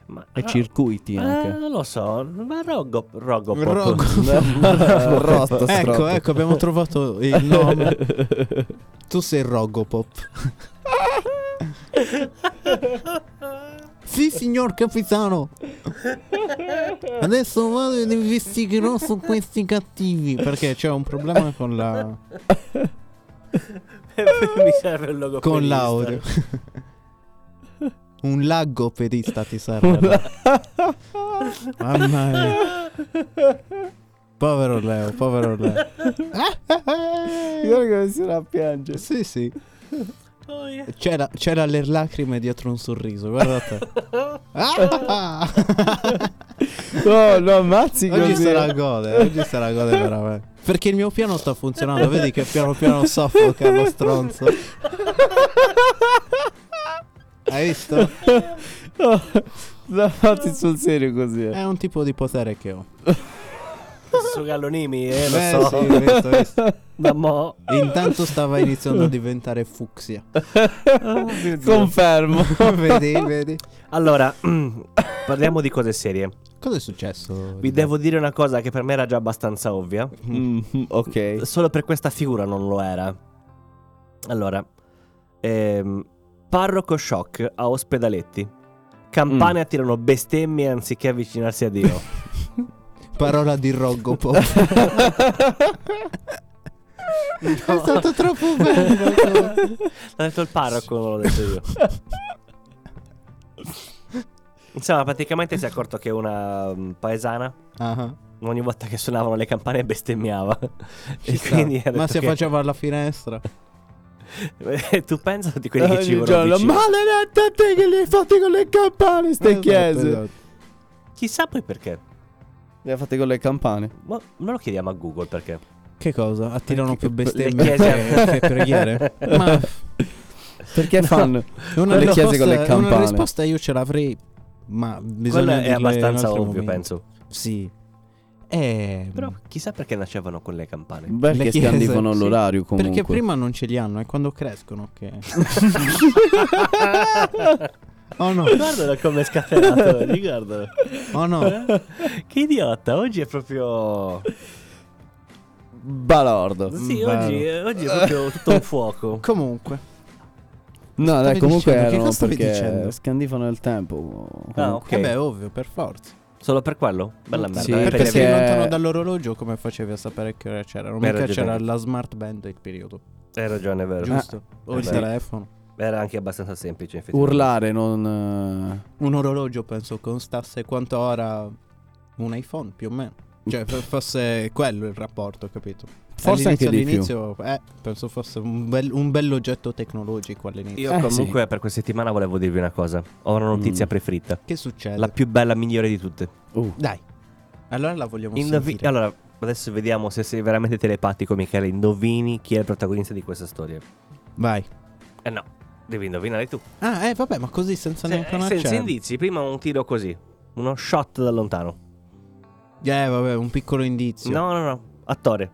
S2: Ma-
S4: E
S2: ah,
S4: circuiti
S2: eh,
S4: anche.
S2: non lo so, ma Rogop. Rogopop.
S3: Rogo- Ecco,
S4: Rotto, strotto.
S3: ecco, abbiamo trovato il nome.
S4: ecco.
S3: tu sei Rogopop. sì, signor capitano. Adesso vado ed investigherò su questi cattivi. Perché c'è un problema con la.
S2: Mi serve il logo
S3: con l'audio. un lagopedista ti serve. Mamma mia. Povero Leo, povero Leo. Eh?
S4: Guarda come si era a piangere.
S3: sì, sì.
S2: Oh, yeah.
S3: C'era, c'era le lacrime dietro un sorriso, guarda te. Ah!
S4: No, no, ammazzi
S3: Oggi
S4: così.
S3: sarà gode, oggi sarà gode veramente. Perché il mio piano sta funzionando, vedi che piano piano soffoca lo stronzo. Hai visto?
S4: No, no, fatti sul serio così. eh.
S3: È un tipo di potere che ho.
S2: Su Gallonimi, eh, lo
S3: Eh,
S2: so.
S3: sì, ho visto, ho visto.
S2: Da mo'.
S3: Intanto stava iniziando a diventare fucsia.
S4: Confermo.
S3: vedi, vedi.
S2: Allora, parliamo di cose serie.
S3: Cosa è successo?
S2: Vi devo dire una cosa che per me era già abbastanza ovvia.
S4: Mm, ok.
S2: Solo per questa figura non lo era. Allora, ehm, parroco shock a ospedaletti.
S3: Mm.
S2: Campane attirano bestemmie anziché avvicinarsi a Dio.
S3: Parola di Roggo Pop. È stato troppo bello.
S2: L'ha detto il parroco, non l'ho detto io. Insomma, praticamente si è accorto che una mm, paesana
S3: Ah,
S2: ogni volta che suonavano le campane bestemmiava.
S3: ci
S2: e
S3: sta.
S2: quindi ha
S3: Ma
S2: detto
S3: se
S2: che-
S3: faceva alla finestra.
S2: tu pensa di quelli che ci
S4: Ogni
S2: vogliono
S4: giorno,
S2: vicino.
S4: maledetta te che li hai fatti con le campane ste
S3: Esatto,
S4: chiese.
S3: esatto.
S2: Chissà poi perché.
S4: Le ha fatte con le campane.
S2: Ma non lo chiediamo a Google perché.
S3: Che cosa? Attirano più
S2: le
S3: bestemmie
S2: chiese-
S3: che, che preghiere? Ma
S4: Perché fanno?
S3: una
S4: le chiese
S3: risposta-
S4: con le
S3: Una
S4: campane.
S3: risposta io ce l'avrei, ma
S2: Quello
S3: bisogna
S2: è
S3: dirle in
S2: abbastanza
S3: altro
S2: ovvio,
S3: momento.
S2: penso.
S3: Sì. Eh,
S2: Però chissà perché nascevano con le campane.
S4: Beh,
S3: Le
S4: che
S3: chiese,
S4: scandivano
S3: sì.
S4: l'orario comunque.
S3: Perché prima non ce li hanno, è quando crescono che... oh no,
S2: Guardalo come è scatenato, vedi, guardalo.
S3: oh no.
S2: Che idiota, oggi è proprio...
S4: Balordo.
S2: Sì,
S3: Mm,
S2: oggi, oggi è proprio tutto un fuoco.
S3: Comunque,
S4: No, dai,
S3: Stavi
S4: comunque
S3: dicendo, che
S4: erano
S3: cosa stavi
S4: perché
S3: dicendo?
S4: scandivano il tempo. comunque.
S2: Ah, ok.
S3: eh beh, ovvio, per forza.
S2: Solo per quello? Bella merda.
S4: Sì,
S2: eh,
S3: perché
S2: per
S4: perché-
S3: sei
S2: le-
S3: lontano dall'orologio, come facevi a sapere che ora c'erano?
S2: Hai
S3: Mica
S2: ragione.
S3: c'era la smart band il periodo,
S2: Hai ragione, è vero.
S3: giusto? o il
S2: sì.
S3: telefono.
S2: Era anche abbastanza semplice, infatti.
S4: Urlare non eh,
S3: Un orologio penso costasse quanto ora un iPhone più o meno. Cioè, f- fosse quello il rapporto, capito?
S4: Forse anche di più.
S3: all'inizio, eh, penso fosse un bel, un bell'oggetto tecnologico all'inizio.
S2: Io
S4: Eh,
S2: comunque per questa settimana volevo dirvi una cosa. Ho una notizia preferita.
S3: Che succede?
S2: La più bella, migliore di tutte.
S4: Uh.
S3: Dai. Allora la vogliamo
S2: Indovi-
S3: sentire.
S2: allora, adesso vediamo se sei veramente telepatico, Michele. Indovini chi è il protagonista di questa storia.
S3: Vai.
S2: Eh no, devi indovinare tu.
S3: Ah, eh, vabbè, ma così senza
S2: Se-
S3: neanche una
S2: senza indizi, prima un tiro così. Uno shot da lontano.
S3: Eh, vabbè, un piccolo indizio.
S2: No, no, no. Attore.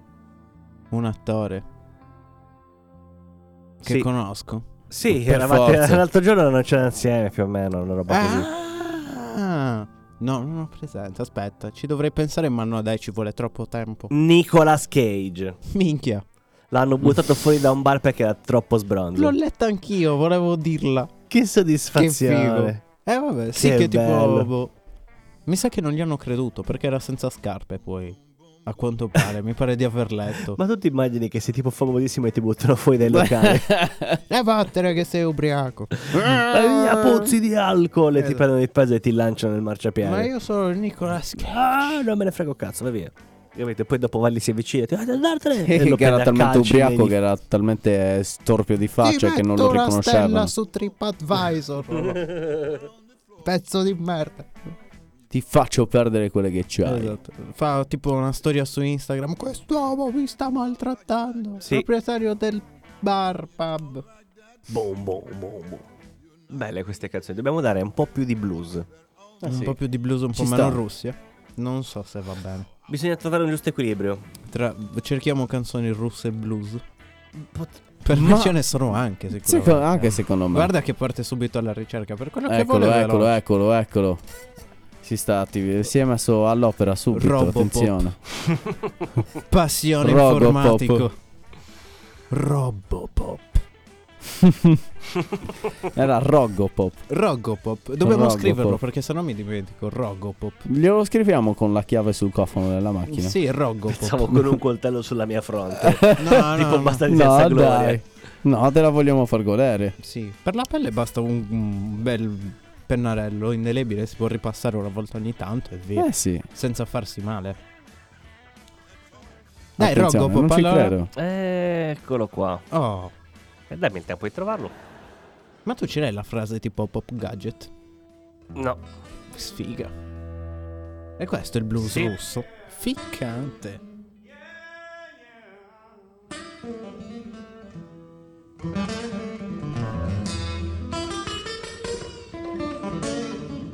S3: Un attore. Che
S2: sì,
S3: conosco.
S2: sì
S4: Per
S2: eravate
S4: forza.
S2: l'altro giorno non c'era insieme più o meno, una roba così.
S3: Ah! No, non ho presente. Aspetta, ci dovrei pensare, ma no, dai, ci vuole troppo tempo.
S2: Nicolas Cage.
S3: Minchia.
S2: L'hanno buttato fuori da un bar perché era troppo
S3: L'ho
S2: sbronzo.
S3: letta anch'io, volevo dirla.
S2: Che
S3: Che
S2: soddisfazione.
S3: figo. Eh, vabbè, sì,
S2: Che
S3: che tipo.
S2: bello.
S3: boh. mi sa che non gli hanno creduto perché era senza scarpe poi. A quanto pare, mi pare di aver letto.
S2: Ma tu ti immagini che sei tipo famosissimo e ti buttano fuori dai locali?
S3: E vattene che sei ubriaco.
S2: Via pozzi di alcol e ti
S3: Esatto.
S2: prendono il peso e ti lanciano nel
S3: Ma
S2: marciapiede.
S3: io sono il Nicolas Cage.
S2: Ah, non me ne frego un cazzo, vai via. Capito? Poi dopo Valli si avvicina e ti va andartene.
S3: Eh,
S4: Che era
S2: prende a
S4: talmente
S2: calci
S4: ubriaco
S2: nei-
S4: che era talmente eh, storpio di faccia
S3: Ti
S4: che non
S3: metto
S4: lo
S3: una
S4: riconoscevano.
S3: stella su TripAdvisor. Pezzo di merda.
S4: Ti faccio perdere quelle che c'hai.
S3: Esatto. Fa tipo una storia su Instagram. Quest'uomo mi sta maltrattando.
S2: Sì.
S3: Proprietario del bar pub.
S2: Boom, boom, boom, boom. Belle queste canzoni, dobbiamo dare un po' più di blues.
S3: un
S4: Ah, sì.
S3: po' più di blues, un
S4: Ci
S3: po'
S4: sta.
S3: meno Russia. Non so se va bene.
S2: Bisogna trovare un giusto equilibrio.
S3: Tra- cerchiamo canzoni russe e blues.
S2: Pot-
S3: Per
S4: Ma-
S3: me ce ne sono anche, sicuramente.
S4: Secondo- anche secondo me.
S3: Guarda che parte subito alla ricerca. Per quello che
S4: eccolo,
S3: vuole
S4: eccolo, eh.
S3: veloce.
S4: eccolo, eccolo. Si sta attiv- si è messo all'opera subito,
S3: Robopop.
S4: attenzione.
S3: Passione
S4: Robopop.
S3: informatico. Robopop.
S4: Era Roggopop.
S3: Rogopop. Dobbiamo
S4: Rogopop.
S3: scriverlo perché sennò mi dimentico. Rogopop.
S4: Glielo scriviamo con la chiave sul cofano della macchina.
S3: Sì, Rogopop.
S2: Pensavo con un coltello sulla mia fronte.
S3: No, no,
S2: tipo
S3: no.
S2: basta di senza
S4: No,
S2: gloria.
S4: dai. No, te la vogliamo far godere.
S3: Sì, per la pelle basta un, un bel pennarello indelebile, si può ripassare una volta ogni tanto e via,
S4: Eh sì.
S3: senza farsi male. Dai,
S4: Attenzione,
S3: Rogopop,
S4: non ci
S3: allora.
S4: credo.
S2: Eccolo qua.
S3: Oh,
S2: E dammi il tempo di trovarlo.
S3: Ma tu ce l'hai la frase tipo pop gadget?
S2: No.
S3: Sfiga. E questo è il blues
S2: Sì.
S3: russo. Ficcante.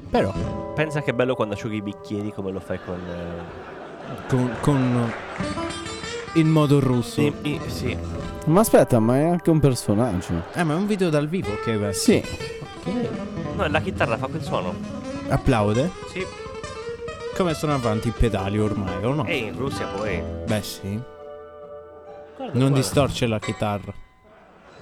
S3: Però
S2: Pensa che è bello quando asciughi i bicchieri come lo fai con... eh,
S3: con, con il modo russo.
S2: Sì, i- sì.
S4: Ma aspetta, ma è anche un personaggio.
S3: Eh, ma è un video dal vivo che è questo.
S4: Sì,
S3: Ok.
S2: No, la chitarra fa quel suono.
S3: Applaude.
S2: Sì.
S3: Come sono avanti i pedali ormai, o no?
S2: E in Russia poi... Guarda,
S3: Beh, sì. Non
S2: guarda.
S3: distorce la chitarra.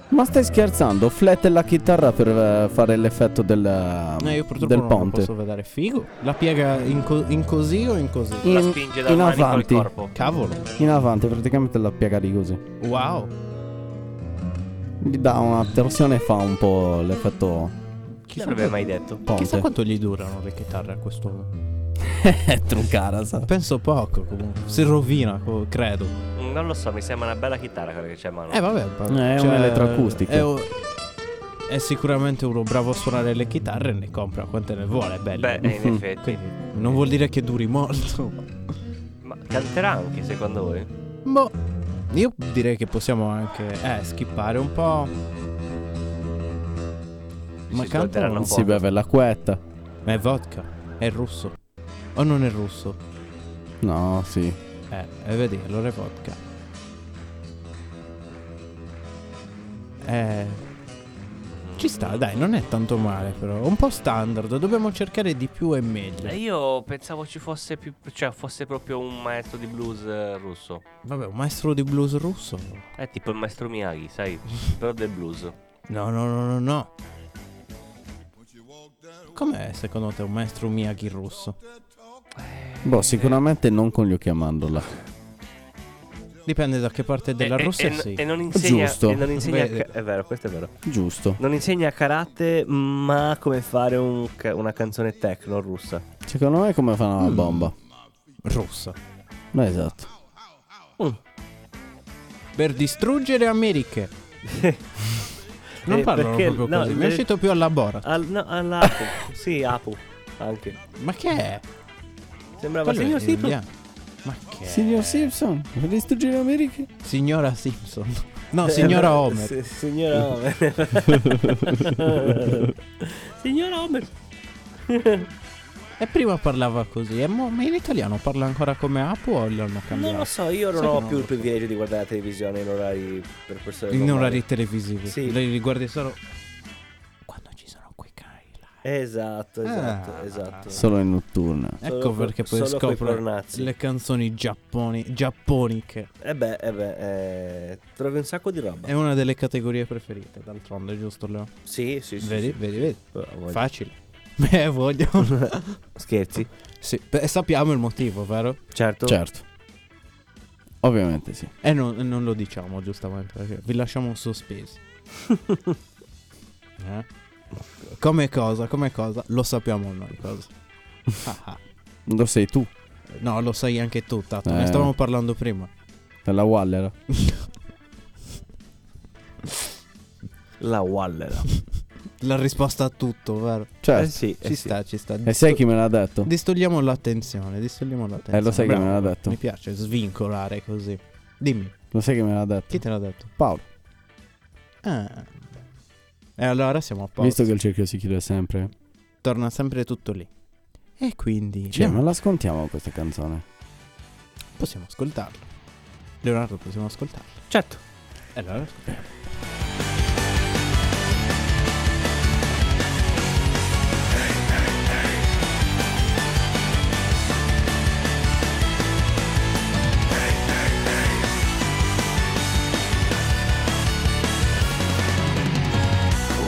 S4: ma stai scherzando? Flette la chitarra per eh, fare l'effetto del,
S3: No, Eh, io purtroppo
S4: del
S3: non lo
S4: ponte.
S3: posso vedere. Figo. La piega in, co- in così o in così?
S2: La
S4: In-
S2: spinge da
S4: in
S2: mani col
S4: avanti.
S2: corpo.
S3: Cavolo.
S4: In avanti, praticamente la piega di così.
S3: Wow.
S4: Gli dà una torsione e fa un po' l'effetto
S2: Chi l'avrebbe mai detto?
S3: Chissà
S4: ponte.
S3: quanto gli durano le chitarre a quest'uomo.
S4: È truccata, sa.
S3: Penso poco, comunque. Si rovina, co- credo.
S2: Non lo so, mi sembra una bella chitarra quella che c'è a mano.
S3: Eh, vabbè. pa-
S4: È un'elettroacustica.
S3: È, o- è sicuramente uno bravo a suonare le chitarre e ne compra quante ne vuole. È bello.
S2: Beh, in effetti.
S3: Mm-hmm. Quindi non vuol dire che duri molto.
S2: Ma canterà anche secondo voi?
S3: Boh, io direi che possiamo anche eh, skippare un po'. Ma
S2: Si
S3: canta
S2: svolteranno
S3: non
S2: un
S4: Si beve la quetta.
S3: Ma è vodka, è russo. O non è russo?
S4: No, sì.
S3: Eh, e vedi, allora è vodka. Eh, ci sta, dai, non è tanto male però. Un po' standard, dobbiamo cercare di più e meglio.
S2: Eh, Io pensavo ci fosse più. cioè fosse proprio un maestro di blues eh, russo.
S3: Vabbè, un maestro di blues russo?
S2: È tipo il maestro Miyagi, sai? Però del blues.
S3: No, no, no, no, no. Com'è secondo te un maestro Miyagi russo?
S4: Boh, sicuramente non con gli occhi a mandorla.
S3: Dipende da che parte della
S2: e,
S3: Russia
S2: e- e-
S3: sì.
S2: e non insegna.
S4: Giusto.
S2: E non insegna
S3: Vedi.
S2: ca- è vero, questo è vero.
S4: Giusto.
S2: Non insegna karate, ma come fare un ca- una canzone techno russa.
S4: Secondo me come fanno una bomba.
S3: Russa.
S4: No, esatto.
S3: Per distruggere Americhe. Non
S2: Eh,
S3: parlano
S2: perché-
S3: proprio
S2: no, eh,
S3: così. Mi è
S2: deve-
S3: uscito più alla Borat.
S2: Al, no, all'Apu. sì, Apu. Anche.
S3: Ma che è?
S2: Sembrava
S3: Quello
S2: signor
S3: è
S2: Steve.
S3: indiano. Ma che è?
S4: Signor Simpson, per distruggere l'America?
S3: Signora Simpson. No, signora Homer.
S2: Sì, signora Homer. signora Homer.
S3: E prima parlava così. E mo- ma in italiano parla ancora come Apu o l'hanno cambiato?
S2: Non lo so, io non
S3: Sai che
S2: ho
S3: non
S2: più
S3: lo
S2: il privilegio di guardare la televisione in orari per persone
S3: In
S2: normali.
S3: orari televisivi.
S2: Sì.
S3: Li riguardi solo... Quando ci sono quei cari là.
S2: Esatto, esatto,
S3: Ah.
S2: esatto.
S4: Solo in notturna.
S2: Solo
S3: Ecco
S2: co-
S3: perché poi
S2: solo coi
S3: scopro
S2: pornazzi.
S3: le canzoni giapponi- giapponiche.
S2: E beh, eh beh, eh, trovi un sacco di roba.
S3: È una delle categorie preferite, d'altronde, giusto Leo?
S2: Sì, sì, sì.
S3: Vedi,
S2: sì.
S3: vedi, vedi.
S2: Però voglio-
S3: Facile. Beh, voglio.
S2: Scherzi?
S3: sì, beh, sappiamo il motivo, vero?
S2: Certo.
S3: Cioè.
S4: Certo. Ovviamente sì.
S3: E non, Eh, non lo diciamo, giustamente, perché vi lasciamo un sospeso. Eh? Come cosa, come cosa? Lo sappiamo noi cosa. Ah, ah.
S4: Lo sei tu,
S3: no, lo sai anche tu, Tato.
S4: Eh.
S3: Ne stavamo parlando prima.
S4: della Waller.
S2: La Wallera.
S3: La risposta a tutto, vero?
S2: Eh
S4: Certo.
S2: sì, eh
S3: Ci
S2: sì.
S3: sta, ci sta.
S4: E sai chi me l'ha detto?
S3: Distogliamo l'attenzione, distogliamo l'attenzione.
S4: Eh, lo sai che
S3: Bravo,
S4: me l'ha detto.
S3: Mi piace svincolare così. Dimmi,
S4: Lo sai che me l'ha detto?
S3: chi te l'ha detto?
S4: Paolo.
S3: Ah. E allora siamo a posto.
S4: Visto che il cerchio si chiude sempre.
S3: torna sempre tutto lì. E quindi
S4: Cioè, ma
S3: Leonardo,
S4: la ascoltiamo questa canzone?
S3: possiamo ascoltarlo. Leonardo, possiamo ascoltarlo.
S2: Certo.
S3: E
S4: Eh,
S3: allora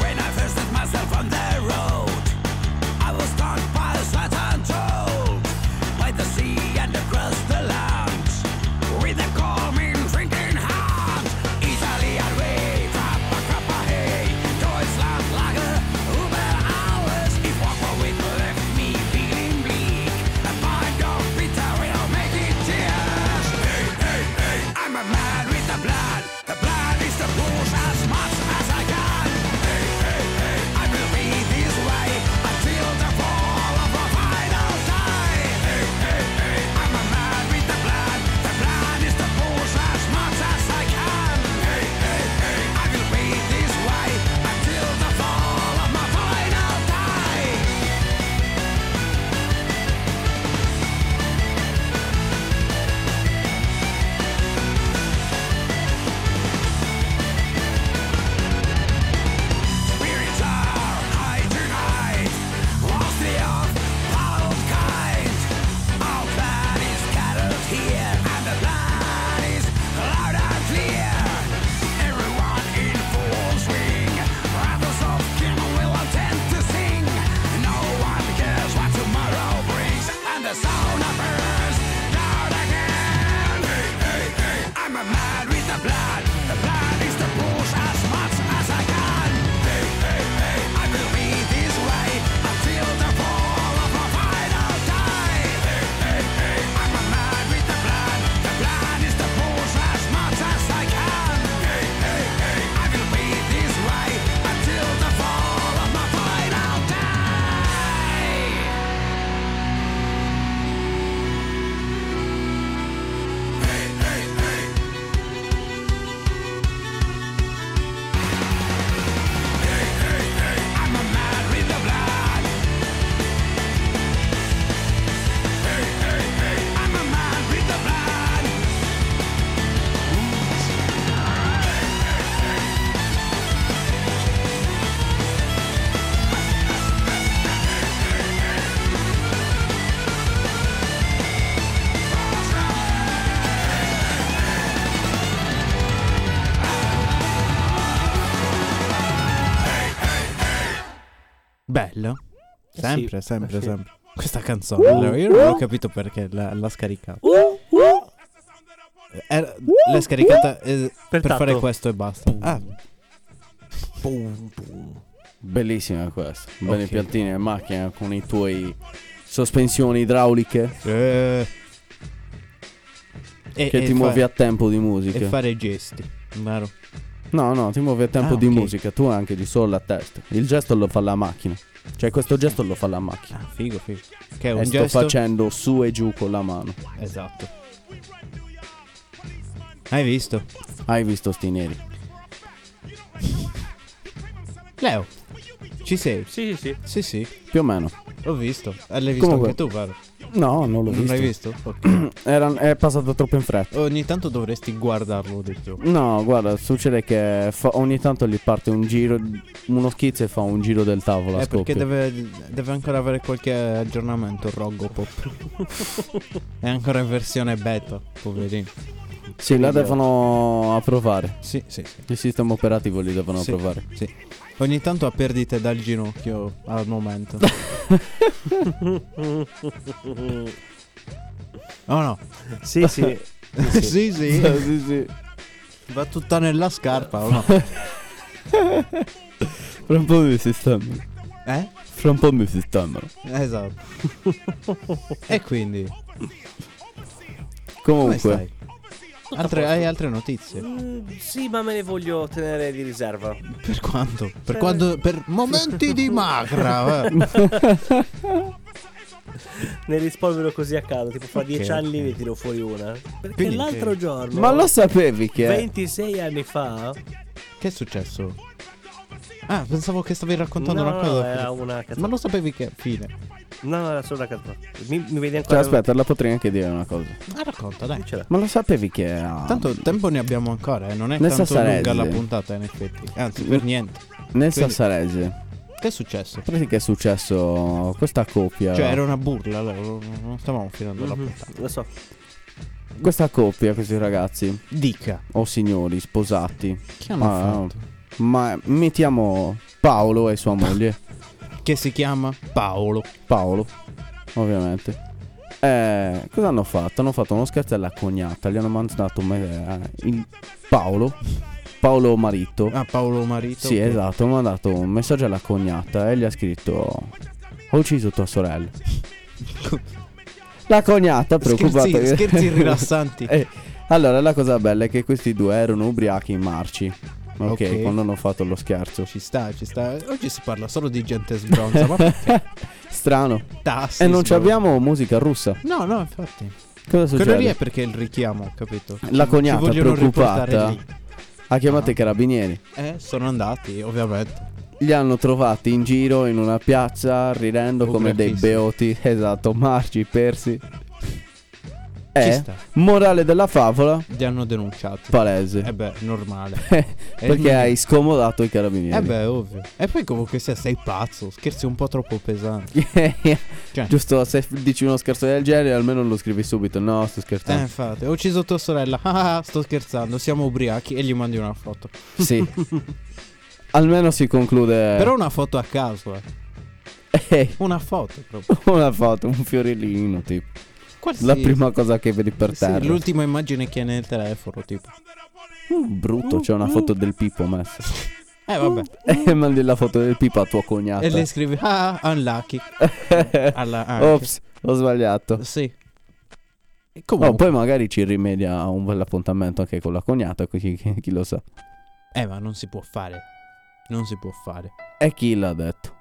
S7: When I first set myself on the road, I was torn by such untold. By the sea and across the land, with a calming, shrinking hand, easily I wave.
S3: Bella.
S2: sì,
S3: Sempre, sempre,
S2: sì.
S3: sempre. Questa canzone, allora, io non ho capito perché la- l'ha scaricata. uh. Era- l'ha scaricata eh, per
S2: Pertanto-
S3: fare questo e basta. Ah,
S4: Bellissima questa. Belle piantine in macchina con i tuoi sospensioni idrauliche
S3: eh. E,
S4: che
S3: e
S4: ti
S3: fa-
S4: muovi a tempo di
S3: E
S4: musica.
S3: fare gesti, vero?
S4: No, no, ti muovi a tempo
S3: Ah,
S4: di
S3: ok.
S4: musica, tu anche di solo a testa. Il gesto lo fa la macchina. Cioè questo gesto lo fa la macchina.
S3: Ah, figo, figo. Che è
S4: e
S3: un
S4: Eh, sto
S3: gesto.
S4: facendo su e giù con la mano.
S3: Esatto. Hai visto?
S4: Hai visto sti neri?
S3: Leo, ci sei?
S2: Sì, sì, sì.
S3: Sì, sì,
S4: Più o meno.
S3: l'ho visto. Eh, L'hai visto
S4: Comunque,
S3: anche tu, vero?
S4: No, non l'ho
S3: Non l'hai
S4: visto.
S3: visto? Ok.
S4: Era- è passato troppo in fretta.
S3: Ogni tanto dovresti guardarlo di più.
S4: No, guarda, succede che fa- ogni tanto gli parte un giro, uno schizzo e fa un giro del tavolo a
S3: Eh, perché
S4: scoppio.
S3: deve, deve ancora avere qualche aggiornamento il Rogopop. È ancora in versione beta, poverino.
S4: Sì, la devono approvare.
S3: Sì, sì, sì.
S4: Il sistema operativo li devono
S3: Sì,
S4: approvare.
S3: sì. Ogni tanto ha perdite dal ginocchio al momento. oh no.
S2: Sì, sì.
S3: sì, sì.
S4: sì, sì.
S3: Va tutta nella scarpa, o no?
S4: Fra un po' mi sistemano.
S3: Eh?
S4: Fra un po' mi sistemano.
S3: Esatto. e quindi, come
S4: Comunque,
S3: stai? Altre- hai altre notizie?
S2: Mm, sì, ma me ne voglio tenere di riserva.
S3: Per quanto? Per quando? Per momenti di magra. eh.
S2: Ne rispolvero così a caso. Tipo, fra dieci
S3: ok.
S2: anni ne tiro fuori una. Perché
S3: Quindi-
S2: l'altro giorno,
S4: ma lo sapevi
S3: eh.
S4: che
S2: 26 anni fa,
S3: Che è successo? Ah, pensavo che stavi raccontando
S2: No,
S3: una
S2: no,
S3: cosa.
S2: era una cazzata.
S3: Ma lo sapevi che fine.
S2: no, era solo una cazzata. Mi, mi vedi
S4: Cioè,
S2: ancora.
S4: aspetta, la potrei anche dire una cosa.
S3: Ah, racconta, dai.
S2: Diccela.
S4: Ma lo sapevi che ah,
S3: Tanto tempo ne abbiamo ancora, eh. Non è
S4: Nel
S3: tanto
S4: Sassarese.
S3: lunga la puntata, in effetti. Anzi, per niente. quindi-
S4: nel Sassarese
S3: Che è successo?
S4: praticamente è successo questa coppia.
S3: Cioè, era una burla, allora, non non stavamo finendo la
S2: Mhm,
S3: puntata.
S2: Lo so.
S4: Questa coppia, questi ragazzi
S3: Dica.
S4: o signori sposati,
S3: Che hanno
S4: Ah,
S3: fatto?
S4: ma mettiamo Paolo e sua moglie.
S3: Che si chiama Paolo.
S4: Paolo, ovviamente. Eh, cosa hanno fatto? Hanno fatto uno scherzo alla cognata, gli hanno mandato me- eh, il Paolo, Paolo marito.
S3: Ah, Paolo marito.
S4: sì,
S3: ok.
S4: esatto, ha mandato un messaggio alla cognata e gli ha scritto ho ucciso tua sorella. La cognata preoccupata.
S3: Scherzi,
S4: che-
S3: scherzi rilassanti.
S4: Eh, allora, la cosa bella è che questi due erano ubriachi marci.
S3: Ok.
S4: ok, quando hanno fatto lo scherzo.
S3: Ci sta, ci sta. Oggi si parla solo di gente sbronza, ma perché?
S4: Strano.
S3: Tassi
S4: E non ci
S3: sbronza.
S4: abbiamo musica russa.
S3: No, no, infatti.
S4: Cosa succede?
S3: Quello lì è perché il richiamo, ho capito?
S4: La
S3: Ci-
S4: cognata
S3: ci vogliono
S4: preoccupata.
S3: riportare lì.
S4: Ha chiamato i carabinieri.
S3: Eh, sono andati, ovviamente.
S4: Li hanno trovati in giro in una piazza ridendo come dei
S3: Ubriachissimi.
S4: beoti. Esatto, marci, persi.
S3: Ci
S4: Eh,
S3: sta.
S4: morale della favola,
S3: Li hanno denunciati.
S4: palese.
S3: eh mm. beh, normale.
S4: Perché hai scomodato i carabinieri.
S3: Eh beh, ovvio. E poi comunque sia, sei pazzo. Scherzi un po' troppo pesanti. Cioè.
S4: Giusto, se f- dici uno scherzo del genere, almeno lo scrivi subito. No, sto
S3: Eh,
S4: scherzando.
S3: infatti, ho ucciso tua sorella. Ah, ah, sto scherzando, siamo ubriachi e gli mandi una foto.
S4: Sì. almeno si conclude.
S3: Eh. Però una foto a caso, eh.
S4: Eh,
S3: Una foto proprio.
S4: una foto, un fiorellino, tipo. La
S3: Qualsiasi-
S4: prima cosa che vedi per
S3: Sì,
S4: terra.
S3: l'ultima immagine che è nel telefono, tipo.
S4: Brutto, c'è una foto del Pippo messa.
S3: Eh, vabbè.
S4: E mandi la foto del Pippo a tua cognata.
S3: E le scrivi, ah, unlucky. Alla anche.
S4: Ops, ho sbagliato.
S3: Sì. E
S4: Oh,
S3: comunque.
S4: poi magari ci rimedia a un bel appuntamento anche con la cognata, chi, chi- chi lo sa.
S3: Eh, ma non si può fare. Non si può fare.
S4: E chi l'ha detto?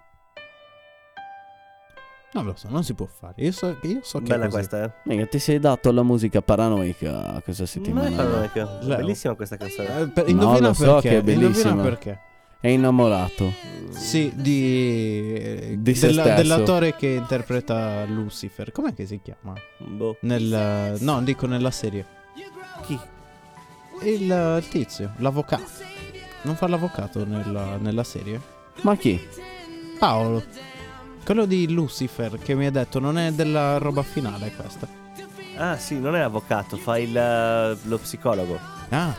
S3: Non lo so, non si può fare. Io so, io so che.
S2: Bella
S3: è così.
S2: questa, eh.
S4: Mica, ti sei dato alla musica paranoica questa
S2: Ma è
S4: settimana.
S2: paranoica.
S3: Leo.
S2: Bellissima questa canzone.
S3: Eh, per-
S4: No,
S3: indovina
S4: lo so
S3: perché.
S4: che è
S3: Indovina
S4: bellissima.
S3: perché.
S4: È innamorato.
S3: Sì, di.
S4: Di se
S3: della-
S4: stesso.
S3: dell'attore che interpreta Lucifer. Com'è che si chiama?
S2: Boh.
S3: Nel. eh, No, dico nella serie.
S2: Chi?
S3: Il, eh, il tizio, l'avvocato. Non fa l'avvocato nella, nella serie?
S4: Ma chi?
S3: Paolo. Quello di Lucifer che mi ha detto non è della roba finale questa.
S2: Ah, sì, non è avvocato, fa il, eh, lo psicologo.
S3: eh, Ah,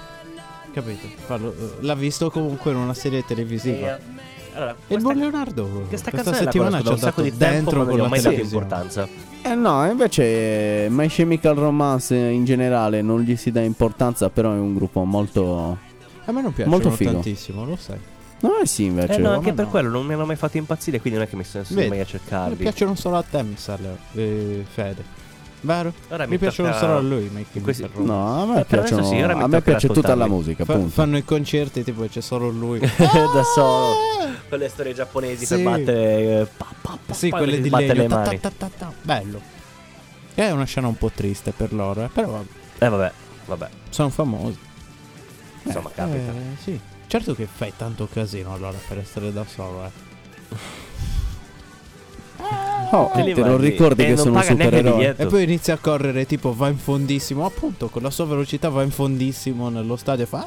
S3: capito. Fa lo- l'ha visto comunque in una serie televisiva.
S2: Eh, Allora,
S3: E il
S2: questa,
S3: buon Leonardo
S2: questa
S3: questa,
S2: canzone la
S3: settimana
S2: conosco
S3: ci ha
S2: da un sacco
S3: dato
S2: di tempo,
S3: dentro
S2: ma non
S3: con
S2: gli ho
S3: la
S2: mai dato
S3: televisione.
S2: importanza.
S4: Eh no, invece eh, My Chemical Romance in generale non gli si dà importanza, però è un gruppo molto...
S3: A me non piace
S4: Molto figo.
S3: tantissimo, lo sai.
S4: No, eh sì
S2: Eh
S4: invece.
S2: no,
S3: ma
S2: anche per
S3: no.
S2: quello non mi hanno mai fatto impazzire, quindi non è che mi sono sono
S3: Vedi,
S2: mai a
S3: Mi
S2: cercarli.
S3: piacciono solo a te, Mr. Leo- eh, Fede. Vero?
S2: Allora
S3: mi piacciono
S2: tocca-
S3: solo a lui, ma che
S2: Questi-
S3: mi interrompe.
S4: No, a
S2: Eh,
S4: me,
S2: per adesso
S4: piacciono,
S2: sì, ora mi
S4: a me
S2: tocca
S4: piace tutta la
S2: ascoltarli.
S4: musica,
S3: Fa-
S4: appunto.
S3: fanno i concerti tipo c'è solo lui.
S2: da solo. Quelle storie giapponesi
S3: Ah!
S2: per
S3: Sì.
S2: battere. eh, pa, pa, pa,
S3: sì,
S2: pa,
S3: quelle
S2: che
S3: di
S2: sbatte
S3: legno.
S2: le
S3: ta-
S2: mani.
S3: ta- ta- ta- ta. Bello. È una scena un po' triste per loro, eh, però vabbè,
S2: Eh vabbè, vabbè.
S3: sono famosi.
S2: Insomma,
S3: Eh,
S2: capita.
S3: eh, sì. Certo che fai tanto casino allora per essere da solo, eh.
S4: Oh,
S2: Te li
S4: te lo
S2: mandi.
S4: ricordi
S2: E
S4: che
S2: non
S4: sono un
S2: paga neanche il
S4: supereroe?
S2: biglietto.
S3: E poi inizia a correre, tipo va in fondissimo, appunto, con la sua velocità va in fondissimo nello stadio e fa... eh,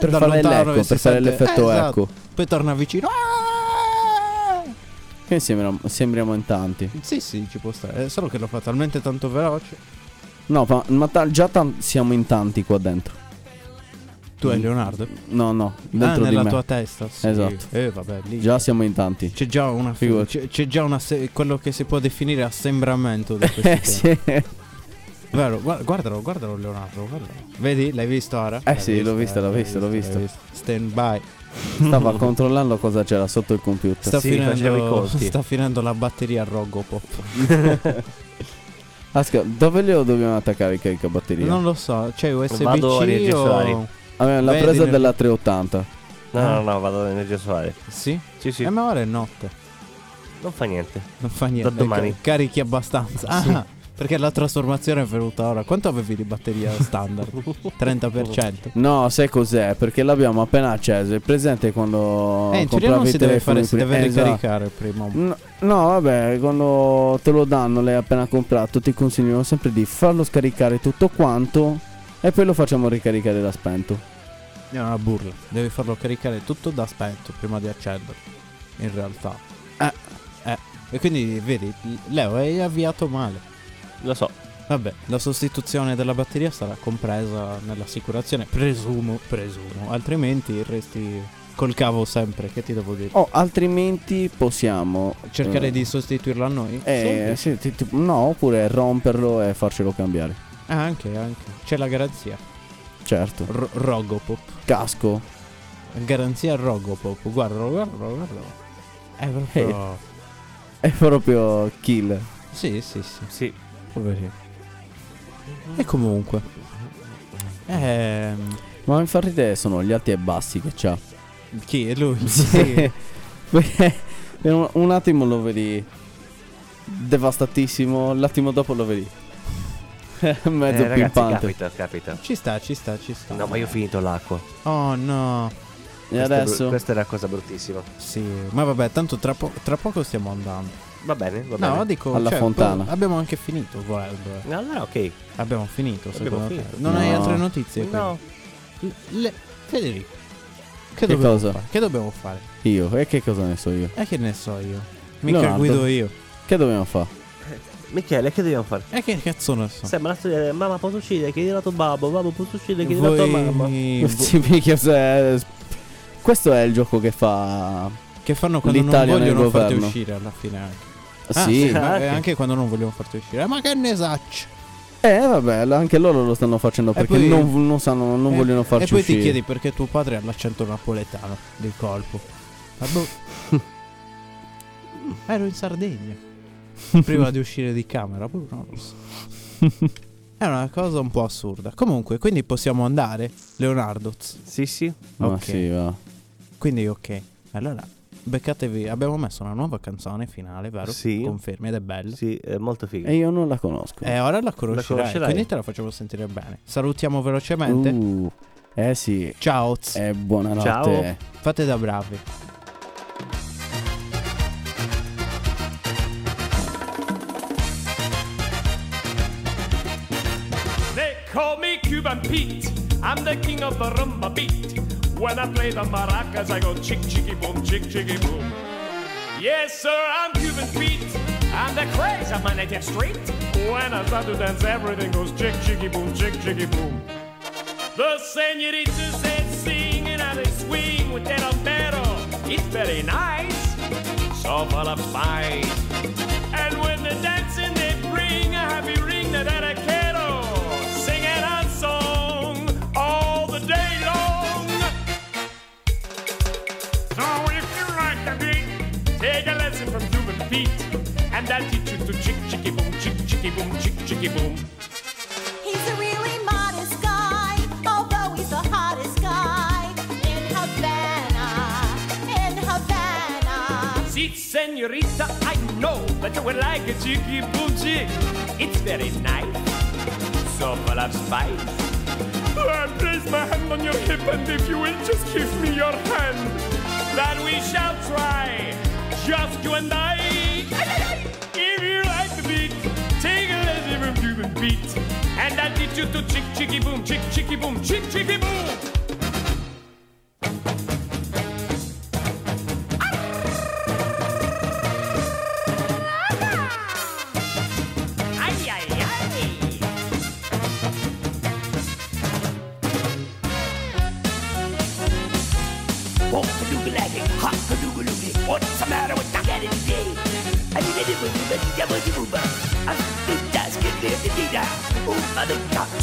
S4: Per
S3: da
S4: fare
S3: lontano
S4: l'eco,
S3: e si
S4: per fare
S3: sente-
S4: l'effetto
S3: eh, esatto.
S4: eco.
S3: Poi torna vicino. eh.
S4: Che sembriamo, sembriamo in tanti.
S3: Sì, sì, ci può stare. Eh, Solo che lo fa talmente tanto veloce.
S4: No, ma, ma ta- già tan- siamo in tanti qua dentro.
S3: Tu hai Leonardo?
S4: No, no,
S3: Ah,
S4: dentro Mm. di
S3: nella
S4: me.
S3: tua testa. Sì.
S4: Esatto.
S3: Eh, vabbè, lì.
S4: Già siamo in tanti.
S3: C'è già una.
S4: Figurati.
S3: C'è, c'è già una. se- quello che si può definire assembramento di questo
S4: Eh sì,
S3: Vero, gua- guardalo, guardalo Leonardo, guardalo. Vedi, l'hai visto ora?
S4: Eh sì, l'ho visto, l'ho visto, l'ho visto.
S3: Stand by.
S4: stava controllando cosa c'era sotto il computer.
S3: Sta,
S2: sì, faceva i
S3: finendo,
S2: conti.
S3: sta finendo la batteria a Rogopop.
S4: Asca, dove lo dobbiamo attaccare i caricabatterie?
S3: Non lo so, cioè, c'è USB-C
S2: Vado a registrare.
S3: o...
S4: Abbiamo Ah, la
S3: Vedi,
S4: presa
S3: nel-
S4: della 380.
S2: No, no, no, vado all'energia solare.
S3: Sì?
S2: Sì, sì,
S3: Eh, ma ora è notte.
S2: non fa niente.
S3: Non fa niente.
S2: domani.
S3: ecco, Carichi abbastanza. Ah, perché la trasformazione è venuta ora. Quanto avevi di batteria standard? 30%.
S4: No, sai cos'è? Perché l'abbiamo appena acceso. È presente quando
S3: eh, in teoria non
S4: compravi
S3: si
S4: i
S3: deve
S4: telefoni
S3: fare, si
S4: pri-
S3: deve
S4: eh, esatto.
S3: ricaricare prima.
S4: No, no, vabbè, quando te lo danno, l'hai appena comprato, ti consigliano sempre di farlo scaricare tutto quanto e poi lo facciamo ricaricare da spento.
S3: È una burla. Devi farlo caricare tutto da spento prima di accendere. In realtà. Eh. Eh. E quindi vedi, Leo hai avviato male.
S2: Lo so.
S3: Vabbè, la sostituzione della batteria sarà compresa nell'assicurazione. Presumo, presumo. Altrimenti resti col cavo sempre. Che ti devo dire?
S4: Oh, altrimenti possiamo
S3: Cercare
S4: eh,
S3: di sostituirla a noi?
S4: eh, sì, ti- ti- no, oppure romperlo e farcelo cambiare.
S3: Ah, anche, anche. C'è la garanzia.
S4: Certo.
S3: R- Rogopop.
S4: Casco.
S3: Garanzia Rogopop. Guardalo, guardalo, guardalo. È
S4: Eh.
S3: proprio...
S4: È proprio kill.
S3: Sì, sì, sì.
S2: Sì.
S3: Poverino. E comunque... Ehm...
S4: Ma infatti te sono gli alti e bassi che c'ha.
S3: Chi è lui?
S4: Sì. Perché per un, un attimo lo vedi devastatissimo, l'attimo dopo lo vedi mezzo
S2: Eh, ragazzi,
S4: pimpante.
S2: capita, capita.
S3: Ci sta, ci sta, ci sta.
S2: No, ma io ho finito l'acqua.
S3: Oh no.
S4: e
S2: Questa è bru-
S4: adesso
S2: Questa è una cosa bruttissima.
S3: Sì. Ma vabbè, tanto tra, po- tra poco stiamo andando.
S2: Va bene, va bene.
S3: No, dico...
S4: Alla
S3: cioè,
S4: fontana.
S3: poi Abbiamo anche finito, volendo. eh.
S2: Allora, ok.
S3: Abbiamo finito,
S2: Abbiamo
S3: secondo te.
S2: finito.
S3: Non hai
S4: No.
S3: altre notizie?
S2: No.
S3: quindi? Le- Federico. Che,
S4: Che
S3: dobbiamo
S4: cosa?
S3: fare? Che dobbiamo fare?
S4: io, e che cosa ne so io?
S3: E che ne so io? Mica
S4: Leonardo.
S3: guido io.
S4: Che dobbiamo fare?
S2: Michele, che dobbiamo fare?
S3: E che cazzo ne so?
S2: Sembra la storia del mamma posso uccidere, chiedi la tua babbo, babbo posso uccidere, chiedi la tua mamma.
S3: Voi... vo-
S4: Sì, minchia, se- eh, Questo è il gioco che fa...
S3: Che fanno quando
S4: L'Italia
S3: non
S4: nel
S3: vogliono farti
S4: governo.
S3: uscire alla fine anche. Ah,
S4: sì.
S3: ma-
S2: anche.
S3: eh, anche quando non vogliono farti uscire. Ma che ne sacci?
S4: Eh vabbè, l- anche loro lo stanno facendo perché
S3: poi-
S4: non, non sanno, non
S3: Eh,
S4: vogliono farci
S3: E poi
S4: uscire.
S3: ti chiedi perché tuo padre ha l'accento napoletano di colpo. Ma boh. Ero in Sardegna. Prima di uscire di camera, boh, non lo so. È una cosa un po' assurda. Comunque, quindi possiamo andare, Leonardo.
S2: Sì, sì.
S4: Ma
S3: ok.
S4: sì, va.
S3: Quindi ok. Allora, beccatevi. Abbiamo messo una nuova canzone finale, vero?
S2: Sì.
S3: Confermi ed è bella.
S2: Sì, è molto figo.
S4: E io non la conosco.
S3: E ora la conoscerai,
S2: conoscerai.
S3: quindi te la facciamo sentire bene. Salutiamo velocemente.
S4: Uh, eh sì,
S3: Ciao, z.
S4: e buonanotte.
S2: Ciao.
S3: fate da bravi.
S8: They call me Cuban Pete. I'm the king of the rumba beat. When I play the maracas, I go chick chicky boom, chick chicky boom. Yes, sir, I'm Cuban Pete. I'm the craze of my native street. When I start to dance, everything goes chick chicky boom, chick chicky boom. The senoritas they sing and I they swing with that bombero. It's very nice, so full of spice. And when they're dancing, they bring a happy ring to that I kettle. Singing a song all the day long. So if you like the beat, take a lesson from Cuban Pete, and that will teach you to chick chicky boom, chick chicky boom, chick chicky boom.
S6: He's a really modest guy, although he's the hottest guy in Havana, in Havana.
S8: See, senorita, I know that you would like a chicky boom chick. It's very nice, so full of spice. I place my hand on your hip, and if you will just give me your hand, then we shall try, just you and I. If you like the beat, take a lazy from Cuban beat, and I'll teach you to chick chicky boom, chick chicky boom, chick chicky boom. Ay, ay, ay.
S7: Won't do laggy, hot kadoogaloogie. What's the matter with that getting day? I did it with the devil to move. I think that's good. Ooh, mother, God,